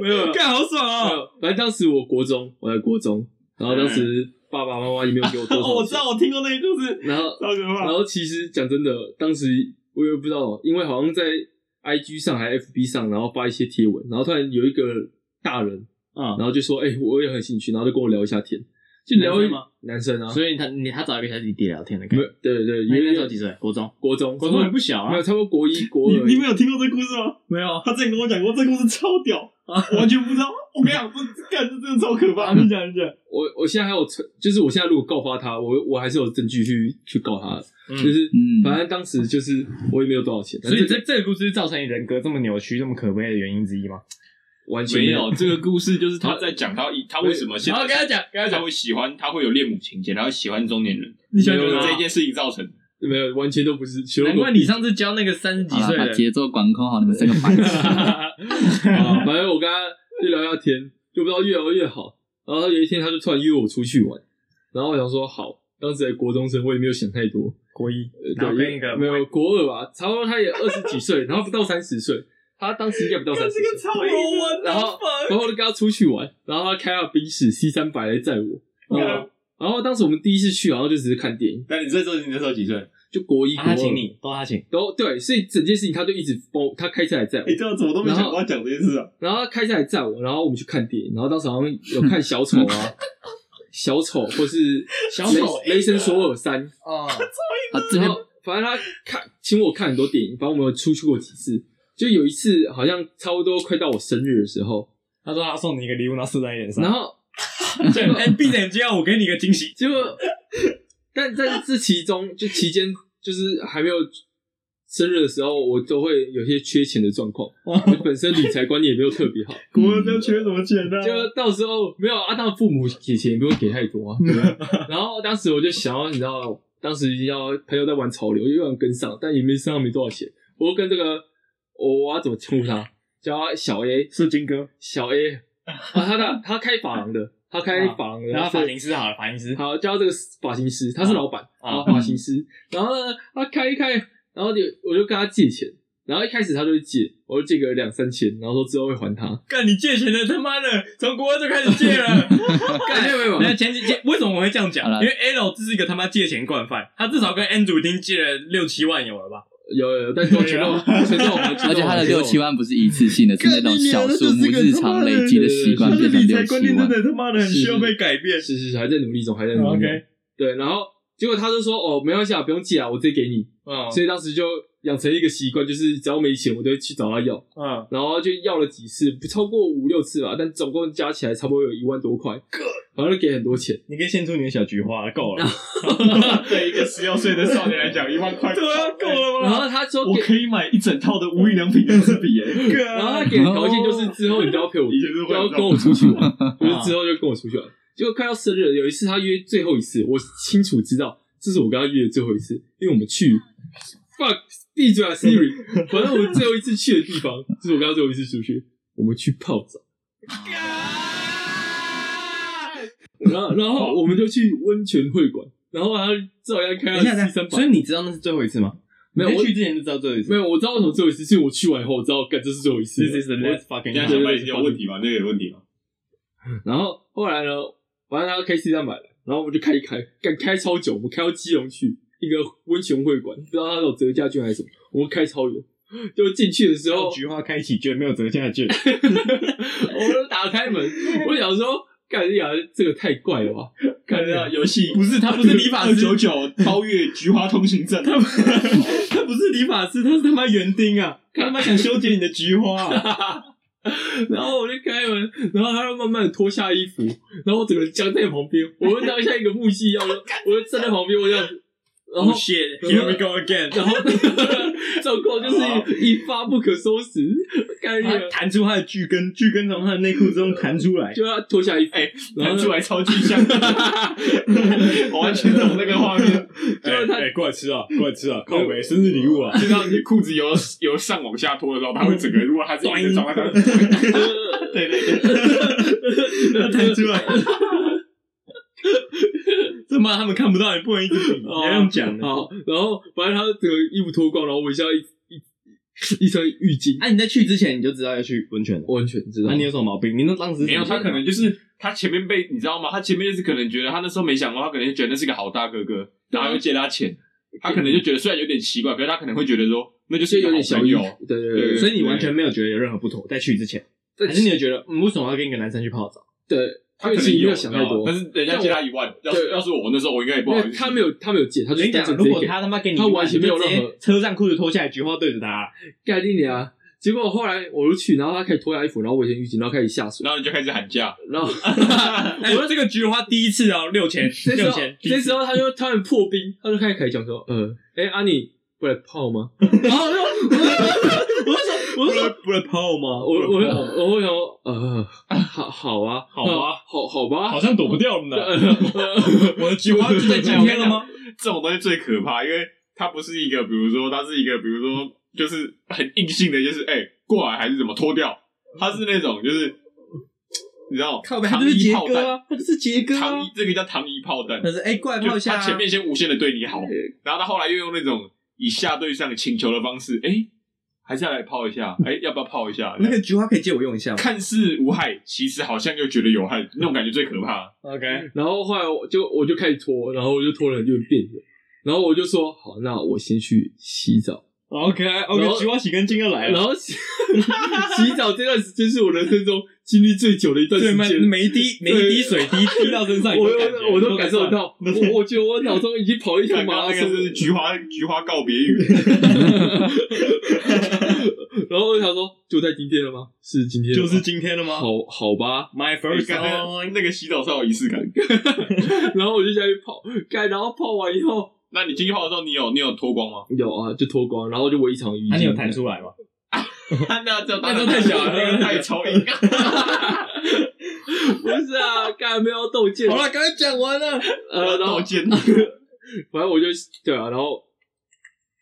[SPEAKER 5] 没有，没有
[SPEAKER 2] 干好爽哦！
[SPEAKER 5] 呃
[SPEAKER 4] 啊
[SPEAKER 5] 反正当时我国中，我在国中，然后当时爸爸妈妈也没有给我多 少
[SPEAKER 4] 哦，我知道，我听过那个故事，
[SPEAKER 5] 钱然后
[SPEAKER 4] 超可
[SPEAKER 5] 然
[SPEAKER 4] 怕。
[SPEAKER 5] 后其实讲真的，当时我也不知道，因为好像在 IG 上还 FB 上，然后发一些贴文，然后突然有一个大人，
[SPEAKER 2] 啊
[SPEAKER 5] 然，后就说：“哎、我也很兴趣。”然后就跟我聊一下天，就聊
[SPEAKER 2] 男
[SPEAKER 5] 一
[SPEAKER 2] 生吗
[SPEAKER 5] 男生啊，
[SPEAKER 2] 所以他你他找一个小弟弟聊天的，
[SPEAKER 5] 没有对对，因
[SPEAKER 2] 因为
[SPEAKER 5] 为
[SPEAKER 2] 那时候几岁？国中，
[SPEAKER 5] 国中，
[SPEAKER 2] 国中很不小
[SPEAKER 5] 没
[SPEAKER 2] 啊
[SPEAKER 5] 有，，差不多国一国
[SPEAKER 4] 你
[SPEAKER 5] 二，
[SPEAKER 4] 你没有听过这个故事吗？
[SPEAKER 2] 没有，
[SPEAKER 4] 他之前跟我讲过，这故事超屌，我完全不知道。我跟你讲，这干这真的超可怕。你讲你讲，
[SPEAKER 5] 我我现在还有存，就是我现在如果告发他，我我还是有证据去去告他的，
[SPEAKER 2] 嗯
[SPEAKER 5] 就是
[SPEAKER 1] 嗯
[SPEAKER 5] 反正当时就是我也没有多少钱，但
[SPEAKER 2] 所以
[SPEAKER 5] 是
[SPEAKER 2] 这这个故事造成你人格这么扭曲、这么可悲的原因之一吗？
[SPEAKER 5] 完全
[SPEAKER 4] 没有这个故事， 就是他在讲他他为什么现
[SPEAKER 2] 然后
[SPEAKER 4] 在
[SPEAKER 2] 跟他讲，跟他
[SPEAKER 4] 他
[SPEAKER 2] 讲，
[SPEAKER 4] 会喜欢，他会有恋母情节，然后喜欢中年人，
[SPEAKER 2] 你喜
[SPEAKER 5] 喜
[SPEAKER 2] 欢
[SPEAKER 5] 欢
[SPEAKER 4] 就
[SPEAKER 5] 牛
[SPEAKER 4] 是
[SPEAKER 5] 肉
[SPEAKER 4] 这件事情造成的。
[SPEAKER 5] 没有完全都不是，全
[SPEAKER 2] 难
[SPEAKER 5] 部
[SPEAKER 2] 怪你上次教那个三十几
[SPEAKER 1] 好啦
[SPEAKER 2] 岁
[SPEAKER 1] 把
[SPEAKER 2] 的，
[SPEAKER 1] 节奏管控好，你们三个白痴。
[SPEAKER 5] 啊， 反正我跟他就聊聊天，就不知道越聊越好。然后有一天，他就突然约我出去玩，然后我想说好，当时还国中生，我也没有想太多。
[SPEAKER 2] 国一，
[SPEAKER 5] 呃
[SPEAKER 2] 然后
[SPEAKER 5] 对
[SPEAKER 2] 跟一个
[SPEAKER 5] 没有国二吧，差不多他也二十几岁，然后不到三十岁，他当时应该不到 三十岁。
[SPEAKER 4] 超啊有
[SPEAKER 5] 然后 然后我就跟他出去玩，然后他开到宾士 C 三百来载
[SPEAKER 2] 啊
[SPEAKER 5] 我，然后然后当时我们第一次去，然后就只是看电影，
[SPEAKER 4] 但你这时候你那时候几岁？
[SPEAKER 5] 就国一国
[SPEAKER 2] 啊他
[SPEAKER 5] 二，
[SPEAKER 2] 请你，都他请，
[SPEAKER 5] 然后对，所以整件事情他就一直帮我，他开车来载我
[SPEAKER 4] 你，这样怎么都没想过要讲这件事啊？
[SPEAKER 5] 然后他开车来载我，然后我们去看电影，然后当时好像有看小丑 啊，小丑或是
[SPEAKER 2] 小丑哎
[SPEAKER 5] 雷雷神索尔三，
[SPEAKER 2] 哦，
[SPEAKER 1] 他最
[SPEAKER 5] 然
[SPEAKER 1] 后
[SPEAKER 5] 后反正他看请我看很多电影，反正我们有出去过几次，就有一次好像差不多快到我生日的时候，
[SPEAKER 2] 他说他送你一个礼物，然后射在你脸上，
[SPEAKER 5] 然后
[SPEAKER 2] 对，哎，闭着眼睛啊，我给你一个惊 喜，
[SPEAKER 5] 结果，但在这其中就期间就是还没有生日的时候，我都会有些缺钱的状况，
[SPEAKER 2] 哦
[SPEAKER 5] 我本身理财观念也没有特 别好，
[SPEAKER 4] 国文都缺什么钱
[SPEAKER 2] 啊
[SPEAKER 4] 呢？
[SPEAKER 5] 就到时候没有啊，当然父母给钱也不会给太多啊。对吧然后当时我就想要，你知道，当时要朋友在玩潮流，又想跟上，但也没身上没多少钱。我就跟这个我我要怎么称呼他？叫他小 A，
[SPEAKER 2] 是金哥，
[SPEAKER 5] 小 A 啊，他的他开发廊的，他开发廊的，
[SPEAKER 2] 啊然后
[SPEAKER 5] 所以
[SPEAKER 2] 发型师好了，发型师，
[SPEAKER 5] 好，叫这个发型师，他是老板，
[SPEAKER 2] 啊
[SPEAKER 5] 然后发型师，然后呢，他开一开，然后就我就跟他借钱，然后一开始他就会借，我就借个两三千，然后说之后会还他，
[SPEAKER 2] 干你借钱的他妈的，从国二就开始借 了。
[SPEAKER 5] 哎
[SPEAKER 2] 啊
[SPEAKER 5] 没有没有没
[SPEAKER 2] 那
[SPEAKER 5] 有，
[SPEAKER 2] 前几前为什么我会这样讲
[SPEAKER 1] 好？啦
[SPEAKER 2] 因为 L 这是一个他妈借钱惯犯，他至少跟 Andrew 已经借了六七万有了吧？
[SPEAKER 5] 有有，但都全都全都我还，
[SPEAKER 1] 而且他的六七
[SPEAKER 5] 万
[SPEAKER 1] 万不是一次性的，是那种小数目日常累积的习
[SPEAKER 2] 嗯
[SPEAKER 1] 惯
[SPEAKER 5] 干
[SPEAKER 1] 变成
[SPEAKER 2] 理
[SPEAKER 1] 六
[SPEAKER 2] 财观
[SPEAKER 1] 七
[SPEAKER 2] 念
[SPEAKER 1] 万。
[SPEAKER 2] 真的他妈的很需要被改变。
[SPEAKER 5] 是是是，还在努力中，还在努力中
[SPEAKER 2] OK，
[SPEAKER 5] 对，然后结果他就说哦，没关系啊，不用借啊，我直接给你，
[SPEAKER 2] 嗯
[SPEAKER 5] 所以当时就养成一个习惯，就是只要没钱，我都会去找他要，
[SPEAKER 2] 嗯，
[SPEAKER 5] 然后就要了几次，不超过五六次吧，但总共加起来差不多有一万多块，然后就给很多钱。
[SPEAKER 2] 你可以献出你的小菊花，够 了。
[SPEAKER 4] 对一个十六岁的少年来 讲，一万块哎
[SPEAKER 2] 对啊，够 了
[SPEAKER 5] 然
[SPEAKER 2] 吗？
[SPEAKER 5] 后他说
[SPEAKER 4] 我
[SPEAKER 5] 给，
[SPEAKER 4] 可以买一整套的无印良 品的纸笔耶。
[SPEAKER 5] 然后他给的条件就是哦之后你都要陪我，
[SPEAKER 4] 以前是
[SPEAKER 5] 都
[SPEAKER 4] 会
[SPEAKER 5] 啊要
[SPEAKER 4] 有这
[SPEAKER 5] 跟
[SPEAKER 4] 种
[SPEAKER 5] 我出去玩， 就是之后就跟我出去玩。结果快到生日，有一次他约最后一次，我清楚知道这是我跟他约的最后一次，因为我们去
[SPEAKER 2] 嗯
[SPEAKER 5] fuck 闭嘴啊 Siri，反正我们最后一次去的地方， 这是我跟他最后一次出去，我们去泡澡。然后，然后我们就去温泉会馆，然后他照样开
[SPEAKER 2] 等
[SPEAKER 5] 到
[SPEAKER 2] 一下，等一下
[SPEAKER 5] 七三
[SPEAKER 2] 所以
[SPEAKER 5] 百，
[SPEAKER 2] 你知道那是最后一次吗？
[SPEAKER 5] 没有
[SPEAKER 2] 你
[SPEAKER 5] 我
[SPEAKER 2] 去之前就知道最后一次
[SPEAKER 5] 没。有，我知道为什么最后一次，是我去完以后我知道，干这是最后一次。
[SPEAKER 2] This is the last fucking
[SPEAKER 4] 你看
[SPEAKER 2] time
[SPEAKER 4] 小白有问题吗？那个有问题吗？
[SPEAKER 5] 然后后来呢，反正他开 C 三百了，然后我们就开一开，干开超久，我们开到基隆去一个温泉会馆，不知道他有折价券还是什么，我们开超远，就进去的时候，
[SPEAKER 6] 菊花开启卷没有折下卷，
[SPEAKER 5] 我就打开门，我想说，干呀，这个太怪了吧？啊
[SPEAKER 2] 看到游戏
[SPEAKER 1] 不是他不是理发
[SPEAKER 4] 二
[SPEAKER 1] 师
[SPEAKER 4] 九，九超越菊花通行证，
[SPEAKER 2] 他不是理发师，他是他妈园丁啊！他他妈想修剪你的菊花、啊，
[SPEAKER 5] 然后我就开门，然后他就慢慢的脱下衣服，然后我整个人僵在旁边，我就当下一个木系一样，我就站在旁边，我这样子，然后
[SPEAKER 2] 哦，Oh shit,
[SPEAKER 5] here we
[SPEAKER 2] go again！
[SPEAKER 5] 然后 状况就是一发不可收拾，干呀，
[SPEAKER 2] 弹出他的巨根，巨根从他的内裤中弹出来，
[SPEAKER 5] 就要脱下衣服，
[SPEAKER 4] 哎
[SPEAKER 5] 然
[SPEAKER 4] 弹
[SPEAKER 5] 后呢
[SPEAKER 4] 出来超具 象，我完全懂那个画面。
[SPEAKER 5] 就是他
[SPEAKER 6] 哎，过来吃啊，过来吃 啊，靠北生日礼物啊！
[SPEAKER 4] 就像你裤子由由上往下脱的时候，它会整个，如果它是硬的状态，它会对对对，
[SPEAKER 2] 要弹出来。 这妈他们看不到，你不能一直比，你
[SPEAKER 5] 哦
[SPEAKER 2] 要用讲的。
[SPEAKER 5] 好，然后反正他整个衣服脱光，然后我下一一一身浴巾，
[SPEAKER 2] 啊，你在去之前你就知道要去温泉了，啊
[SPEAKER 5] 完全知道。
[SPEAKER 2] 那你有什么毛病？你那当时
[SPEAKER 4] 没有，他可能就是他前面被你知道吗？他前面就是可能觉得他那时候没想过，他可能就觉得那是个好大哥哥，然后又借他钱，他可能就觉得虽然有点奇怪，可是他可能会觉得说那就是
[SPEAKER 5] 这
[SPEAKER 4] 一个好
[SPEAKER 5] 有点小
[SPEAKER 4] 朋
[SPEAKER 5] 意
[SPEAKER 4] 友，
[SPEAKER 5] 思，对对
[SPEAKER 4] 对
[SPEAKER 5] 对
[SPEAKER 4] 对
[SPEAKER 5] 所
[SPEAKER 2] 所
[SPEAKER 5] 以
[SPEAKER 2] 以你完全没有觉得有任何不妥，在去之前，
[SPEAKER 5] 这
[SPEAKER 2] 还是你有觉得，嗯，为什么要跟一个男生去泡澡？
[SPEAKER 5] 对，
[SPEAKER 4] 他可
[SPEAKER 5] 因为
[SPEAKER 4] 能
[SPEAKER 5] 其实
[SPEAKER 4] 有
[SPEAKER 5] 没有想太多，
[SPEAKER 4] 但是人家借他一万，要是要是我那时候，我应该也不
[SPEAKER 5] 因
[SPEAKER 4] 好
[SPEAKER 5] 为
[SPEAKER 4] 意思。
[SPEAKER 5] 他没有他没有借，他
[SPEAKER 2] 我
[SPEAKER 5] 就
[SPEAKER 2] 跟
[SPEAKER 5] 是
[SPEAKER 2] 你讲
[SPEAKER 5] 当，场
[SPEAKER 2] 如
[SPEAKER 5] 直接
[SPEAKER 2] 果
[SPEAKER 5] 给
[SPEAKER 2] 他他妈给你一
[SPEAKER 5] 他
[SPEAKER 2] 万，
[SPEAKER 5] 完全没有任何
[SPEAKER 2] 你就直接车上裤子脱下来，菊花对着他，
[SPEAKER 5] 盖定你啊。结果后来我就去，然后他开始脱下衣服，然后我先预警，然后开始下水，
[SPEAKER 4] 然后你就开始喊价，
[SPEAKER 5] 然 后
[SPEAKER 2] 我说这个菊花第一次哦，六千
[SPEAKER 5] 这时候这时候他就他们破冰，他就开始开始讲说，呃，哎阿你不来泡吗？然后我就
[SPEAKER 2] 我说不能泡吗？
[SPEAKER 5] 我我我我想说呃好好啊
[SPEAKER 6] 好吧
[SPEAKER 5] 好好吧
[SPEAKER 6] 好像躲不掉了呢。
[SPEAKER 2] 我的菊花就在今天了吗？
[SPEAKER 4] 这种东西最可怕，因为它不是一个，比如说，它是一个，比如说，就是很硬性的，就是哎、过来还是怎么脱掉，它是那种就是你知道，
[SPEAKER 2] 靠背，他
[SPEAKER 4] 糖
[SPEAKER 2] 就是
[SPEAKER 4] 衣
[SPEAKER 2] 杰
[SPEAKER 4] 炮
[SPEAKER 2] 哥
[SPEAKER 4] 弹，
[SPEAKER 2] 啊，他就是杰哥啊
[SPEAKER 4] 糖衣。这个叫糖衣炮弹，
[SPEAKER 2] 可是哎，过来泡
[SPEAKER 4] 就
[SPEAKER 2] 一下
[SPEAKER 4] 他
[SPEAKER 2] 啊，
[SPEAKER 4] 前面先无限的对你好，然后他后来又用那种以下对上请求的方式，哎、还是要来泡一下，哎、要不要泡一下？
[SPEAKER 2] 那个菊花可以借我用一下吗
[SPEAKER 4] 看似无害，其实好像又觉得有害，那种感觉最可怕。
[SPEAKER 2] ？OK，
[SPEAKER 5] 然后后来我就我就开始脱，然后我就脱了就变热，然后我就说好，那我先去洗澡。
[SPEAKER 2] OK
[SPEAKER 5] 然后
[SPEAKER 2] OK，菊花洗干净要来
[SPEAKER 5] 然
[SPEAKER 2] 了，
[SPEAKER 5] 后洗洗澡这段时间是我人生中经历最久的一段
[SPEAKER 2] 对
[SPEAKER 5] 时
[SPEAKER 2] 吗？
[SPEAKER 5] 间。
[SPEAKER 2] 每一滴每一滴水滴滴到身上，
[SPEAKER 5] 我
[SPEAKER 2] 你
[SPEAKER 5] 我我都感受得到，
[SPEAKER 2] 都在
[SPEAKER 5] 我我觉得我脑中已经跑 一条
[SPEAKER 4] 刚
[SPEAKER 5] 马
[SPEAKER 4] 刚
[SPEAKER 5] 拉
[SPEAKER 4] 那
[SPEAKER 5] 松
[SPEAKER 4] 个。是菊花菊花告别语，
[SPEAKER 5] 然后我想说，就在今天了吗？是今天了吗，
[SPEAKER 2] 就是今天了吗
[SPEAKER 5] 好好吧。
[SPEAKER 2] ？My
[SPEAKER 4] 哎
[SPEAKER 2] first
[SPEAKER 4] 干那
[SPEAKER 2] song，
[SPEAKER 4] 个那个洗澡超有仪式感。
[SPEAKER 5] 然后我就下去泡，干，然后泡完以后
[SPEAKER 4] 那你进去泡的时候，你有你有脱 光吗？
[SPEAKER 5] 有啊，就脱光，然后就围一场浴
[SPEAKER 2] 那
[SPEAKER 5] 巾。
[SPEAKER 2] 啊你有弹出来吗？
[SPEAKER 4] 那这
[SPEAKER 5] 那这太小了
[SPEAKER 4] 那个太超硬。
[SPEAKER 5] 不是啊，干没有斗剑。
[SPEAKER 2] 好了，刚才讲完了。
[SPEAKER 5] 呃，然后
[SPEAKER 4] 道歉，
[SPEAKER 5] 反正我就对啊，然后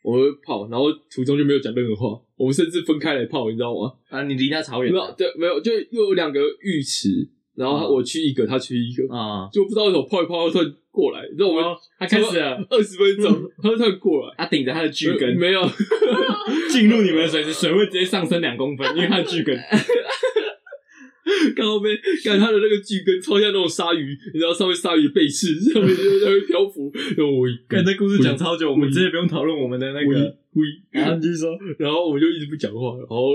[SPEAKER 5] 我就泡，然后途中就没有讲任何话，我们甚至分开来泡，你知道吗？
[SPEAKER 2] 啊，你离他超远
[SPEAKER 5] 没有，对，没有，就又有两个浴池，然后他
[SPEAKER 2] 嗯
[SPEAKER 5] 我去一个，他去一个，
[SPEAKER 2] 啊！
[SPEAKER 5] 就不知道为什么泡一泡，他突然过来，你知道我们
[SPEAKER 2] 哦他开始嗯了，
[SPEAKER 5] 二十分钟，他就突然过来，
[SPEAKER 2] 他顶着他的巨根
[SPEAKER 5] 没有，
[SPEAKER 2] 进入你们的水池，水位直接上升两公分，因为他的巨根。
[SPEAKER 5] 刚刚被看他的那个巨根超像那种鲨鱼，你知道上面鲨鱼背刺 上面就在那边漂浮，然后我一
[SPEAKER 2] 看这故事讲超久，我们直接不用讨论我们的那个。然后你继续说，
[SPEAKER 5] 然后我就一直不讲话，然后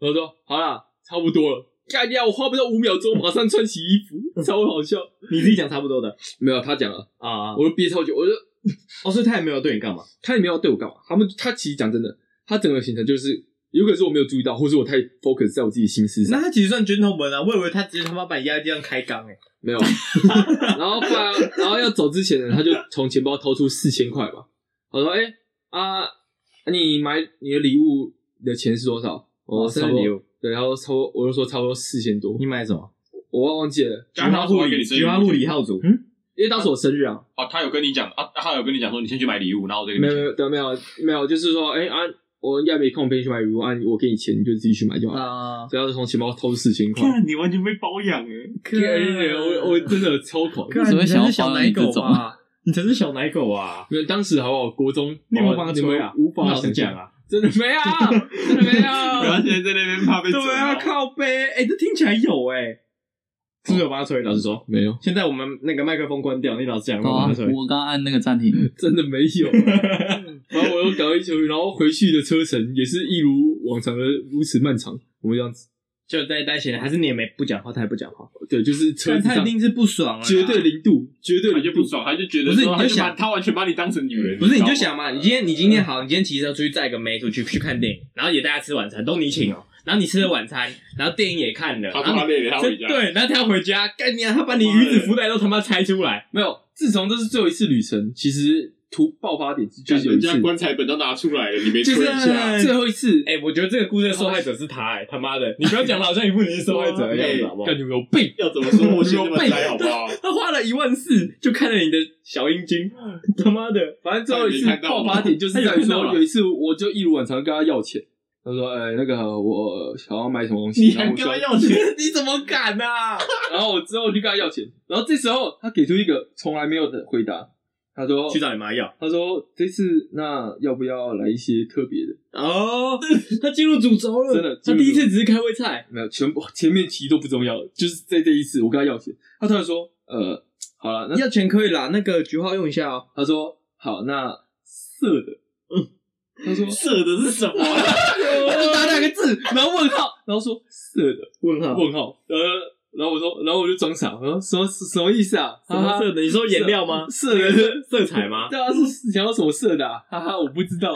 [SPEAKER 5] 然后说好啦，差不多了。干掉！我花不到五秒钟，马上穿起衣 服，超好笑。
[SPEAKER 2] 你自己讲差不多的
[SPEAKER 5] 没有，他讲了，
[SPEAKER 2] 啊。
[SPEAKER 5] 我就憋超久。我就
[SPEAKER 2] 哦，所以他也没有对你干嘛？
[SPEAKER 5] 他也没有要对我干嘛。他们他其实讲真的，他整个行程就是，有可能是我没有注意到，或是我太 focus 在我自己心思上，
[SPEAKER 2] 那他其实算 gentleman 啊，我以为他直接他妈把你压在地上开缸哎。
[SPEAKER 5] 没有。 然后后来，然后要走之前呢，他就从钱包掏出四千块吧。我说：“哎、啊，你买你的礼物的钱哦是多少？”我说：“
[SPEAKER 2] 生日礼
[SPEAKER 5] 物。”对，然后差不多，我就说差不多四千多
[SPEAKER 2] 你，买什么？
[SPEAKER 5] 我忘忘记了。
[SPEAKER 4] 刚刚说要给你生日
[SPEAKER 2] 菊花护理号组。嗯，
[SPEAKER 5] 因为当时我生日啊，
[SPEAKER 4] 哦，他有跟你讲啊，他有跟你讲说你先去买礼物，然后我再跟
[SPEAKER 5] 没
[SPEAKER 4] 你
[SPEAKER 5] 有
[SPEAKER 4] 讲
[SPEAKER 5] 没。有对没有没有，就是说，哎、啊，我应该没空陪你去买礼物啊，我给你钱，你就自己去买就好了。
[SPEAKER 2] 啊，
[SPEAKER 5] 所以他就从钱包掏四千块，
[SPEAKER 4] 看你完全被包养哎！
[SPEAKER 5] 对我我真的超狂。
[SPEAKER 1] 干怎么会
[SPEAKER 2] 你
[SPEAKER 1] 想
[SPEAKER 2] 才
[SPEAKER 1] 要
[SPEAKER 2] 是小
[SPEAKER 1] 帮
[SPEAKER 2] 奶
[SPEAKER 1] 你这
[SPEAKER 2] 狗
[SPEAKER 1] 种
[SPEAKER 2] 啊！你才是小奶狗啊！
[SPEAKER 5] 因为当时好不好，国中哦
[SPEAKER 2] 你有没有帮他
[SPEAKER 5] 你们
[SPEAKER 2] 吹啊？
[SPEAKER 5] 无法
[SPEAKER 2] 老实
[SPEAKER 5] 想
[SPEAKER 2] 讲
[SPEAKER 5] 象，
[SPEAKER 2] 啊！
[SPEAKER 5] 真的没有，真的没
[SPEAKER 4] 不要
[SPEAKER 5] 有。
[SPEAKER 4] 现在在那边怕被
[SPEAKER 2] 对啊，
[SPEAKER 4] 靠！
[SPEAKER 5] 哦
[SPEAKER 2] 靠背，哎，这听起来有哎。是不是有帮他吹？老实说，
[SPEAKER 5] 没有，
[SPEAKER 2] 现在我们那个麦克风关掉，你老实讲，有没有
[SPEAKER 1] 哦
[SPEAKER 2] 帮他吹。
[SPEAKER 1] 我刚按那个暂停，
[SPEAKER 5] 真的没 有。然后我又赶回球，然后回去的车程也是一如往常的如此漫长。我们这样子，
[SPEAKER 2] 就在在闲，还是你也没不讲话，他也不讲话，
[SPEAKER 5] 对，就是车
[SPEAKER 2] 但
[SPEAKER 5] 子
[SPEAKER 2] 他一
[SPEAKER 5] 上
[SPEAKER 2] 定是不爽了，
[SPEAKER 5] 绝对。零度，绝对
[SPEAKER 6] 他
[SPEAKER 5] 零
[SPEAKER 6] 就不
[SPEAKER 5] 度。
[SPEAKER 6] 爽，他就觉得
[SPEAKER 2] 不是
[SPEAKER 6] 说
[SPEAKER 2] 你
[SPEAKER 6] 他
[SPEAKER 2] 就
[SPEAKER 6] 就
[SPEAKER 2] 想
[SPEAKER 6] 把他完全把你当成女人，
[SPEAKER 2] 不是，
[SPEAKER 6] 知
[SPEAKER 2] 你
[SPEAKER 6] 道吗
[SPEAKER 2] 就想嘛，你今天你今天好，嗯你今天骑车出去载个妹出去去看电影，然后也带她吃晚餐，都你请哦。然后你吃了晚餐，然后电影也看了，
[SPEAKER 6] 他
[SPEAKER 2] 然
[SPEAKER 6] 说
[SPEAKER 2] 后
[SPEAKER 6] 他累了，他
[SPEAKER 2] 这
[SPEAKER 6] 回家。
[SPEAKER 2] 对，然后他要回家，干你啊！他把你鱼子福袋都他妈拆出来，
[SPEAKER 5] 没有，自从这是最后一次旅程，其实图爆发点就
[SPEAKER 6] 干，
[SPEAKER 5] 是有一
[SPEAKER 6] 人
[SPEAKER 5] 次
[SPEAKER 6] 家，棺材本都拿出来了，你没
[SPEAKER 5] 就
[SPEAKER 6] 吹
[SPEAKER 5] 是啊
[SPEAKER 6] 一下，
[SPEAKER 5] 最后一次，
[SPEAKER 2] 哎、我觉得这个故事的受害者是他、哎，他妈的，你不要讲的好像一副你是受害者的 样子，好不好？
[SPEAKER 5] 感觉有病。
[SPEAKER 6] 要怎么说我先这么栽好不 好？
[SPEAKER 2] 他花了一万四就看了你的小阴茎，他妈的，
[SPEAKER 5] 反正最后一次爆发点就是在
[SPEAKER 2] 他
[SPEAKER 5] 于
[SPEAKER 2] 有看到啊
[SPEAKER 5] 说，
[SPEAKER 2] 吗
[SPEAKER 5] 有一次我就一如往常跟他要钱，他说：“哎、那个我想要买什么东西，
[SPEAKER 6] 你
[SPEAKER 5] 然
[SPEAKER 6] 还
[SPEAKER 5] 后我
[SPEAKER 6] 跟
[SPEAKER 5] 需要
[SPEAKER 6] 他要钱？
[SPEAKER 2] 你怎么敢啊？
[SPEAKER 5] 然后我之后就跟他要钱，然后这时候他给出一个从来没有的回答，他说
[SPEAKER 2] 去找你妈要
[SPEAKER 5] 他说这次那要不要来一些特别的？
[SPEAKER 2] 哦，他进入主轴了，
[SPEAKER 5] 真的
[SPEAKER 2] 他第一次只是开胃菜，
[SPEAKER 5] 没有，全部前面其实都不重要，就是在这一次我跟他要钱，他突然说呃好了，那
[SPEAKER 2] 要钱可以啦，那个菊花用一下哦。
[SPEAKER 5] 他说好那色的，嗯，他说
[SPEAKER 6] 射的是什么？
[SPEAKER 5] 他就打两个字，然后问号，然后说色的
[SPEAKER 2] 问 号，
[SPEAKER 5] 问号，呃，然后我说然后我就装傻，我说什么什么意思啊？
[SPEAKER 2] 什么色的？你说颜料吗？
[SPEAKER 5] 色的
[SPEAKER 2] 色彩吗？
[SPEAKER 5] 对啊，是想要什么色的、啊？哈哈，我不 知道。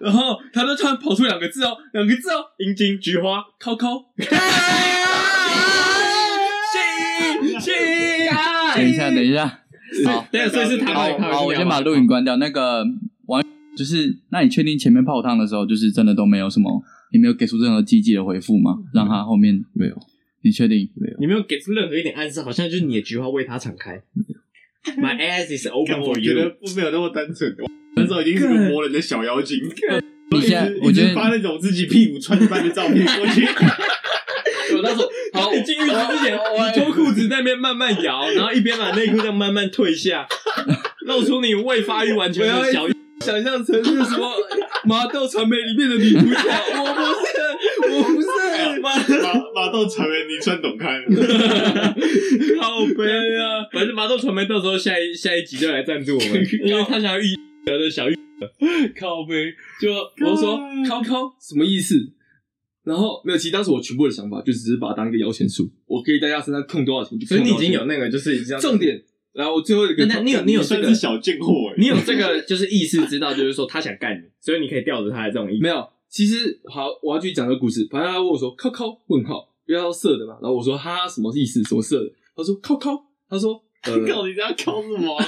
[SPEAKER 5] 然后他就突然跑出两个字哦，两个字哦，
[SPEAKER 2] 阴茎菊花。
[SPEAKER 5] 靠靠。
[SPEAKER 2] 谢谢啊！
[SPEAKER 1] 等一下，等一下，好，
[SPEAKER 5] 啊
[SPEAKER 2] 对，所以是他
[SPEAKER 1] 好
[SPEAKER 2] 帮你看
[SPEAKER 1] 好，我先把录
[SPEAKER 2] 影。
[SPEAKER 1] 影关掉。那个王就是，那你确定前面泡汤的时候，就是真的都没有什么，你没有给出任何积极的回复吗？让他后面
[SPEAKER 5] 没有，
[SPEAKER 1] 你确定？
[SPEAKER 2] 你没有给出任何一点暗示，好像就是你的菊花为他敞 开。My ass is
[SPEAKER 6] 干
[SPEAKER 2] open
[SPEAKER 6] 我
[SPEAKER 2] for
[SPEAKER 6] 觉得
[SPEAKER 2] you。
[SPEAKER 6] 不没有那么单纯，我那时候已经是个魔人的小妖精。
[SPEAKER 1] 你现在
[SPEAKER 6] 一直
[SPEAKER 1] 我觉
[SPEAKER 6] 一直发
[SPEAKER 1] 得
[SPEAKER 6] 那种自己屁股穿一半的照片过 去，
[SPEAKER 5] 我那时 候好，
[SPEAKER 2] 你进浴室之前，你脱裤子在那边慢慢摇，然后一边把内裤这样慢慢退下， 露出你未发育完全的小。
[SPEAKER 5] 想象成是什么麻豆传媒里面的女主角，我不是，我不是。
[SPEAKER 2] 妈
[SPEAKER 6] 马马豆成为你穿懂看。
[SPEAKER 2] 靠背啊！ 反正麻豆传媒到时候下一下一集就来赞助我们， 因为他想要一得的小玉
[SPEAKER 5] 靠背，就我就说靠靠什么意思？然后没有，其实当时我全部的想法就只是把它当一个摇钱树，我可以在他身上控多少钱就
[SPEAKER 2] 所
[SPEAKER 5] 控
[SPEAKER 2] 以你
[SPEAKER 5] 多少钱。
[SPEAKER 2] 已经有那个就是已经
[SPEAKER 5] 重点，然后我最后一个，
[SPEAKER 2] 那那你有你有这
[SPEAKER 6] 算
[SPEAKER 2] 个
[SPEAKER 6] 是小贱货哎、
[SPEAKER 2] 你有这个就是意识知道，就是说他想干你，所以你可以吊着他的这种意
[SPEAKER 5] 没有，其实好，我要去讲这个故事。反正他问我说“靠靠”问号，不要色的嘛。然后我说“哈”什么意思？什么色的？他说“靠靠”，他说呃，
[SPEAKER 6] 你到底在搞什么 啊？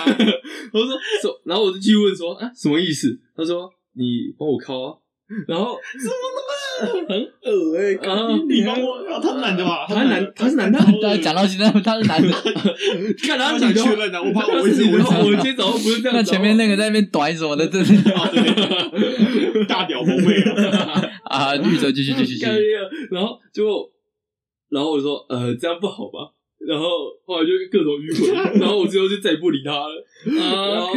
[SPEAKER 5] 我说什，然后我就去问说啊什么意思？他说你帮我靠啊。然后
[SPEAKER 2] 思。哎
[SPEAKER 5] 啊，
[SPEAKER 6] 你帮我，啊他男的吧？
[SPEAKER 2] 他是男他是男的，
[SPEAKER 1] 大家讲到现在，他是男的。
[SPEAKER 5] 看
[SPEAKER 6] 他
[SPEAKER 5] 他
[SPEAKER 6] 想
[SPEAKER 5] 讲
[SPEAKER 6] 确
[SPEAKER 5] 去
[SPEAKER 6] 认的，我怕我
[SPEAKER 5] 我
[SPEAKER 6] 一直
[SPEAKER 5] 今
[SPEAKER 6] 我一
[SPEAKER 5] 我今
[SPEAKER 6] 直
[SPEAKER 5] 天早上不是这样子哦。
[SPEAKER 1] 那前面那个在那边短什么的，真的
[SPEAKER 6] 大屌红妹啊！
[SPEAKER 1] 啊，玉哲继续继续 继
[SPEAKER 5] 干
[SPEAKER 1] 续。
[SPEAKER 5] 然后就，然后我说呃这样不好吧。然后后来就各种迂 回，然后我最后就再也不理他了。
[SPEAKER 2] OK，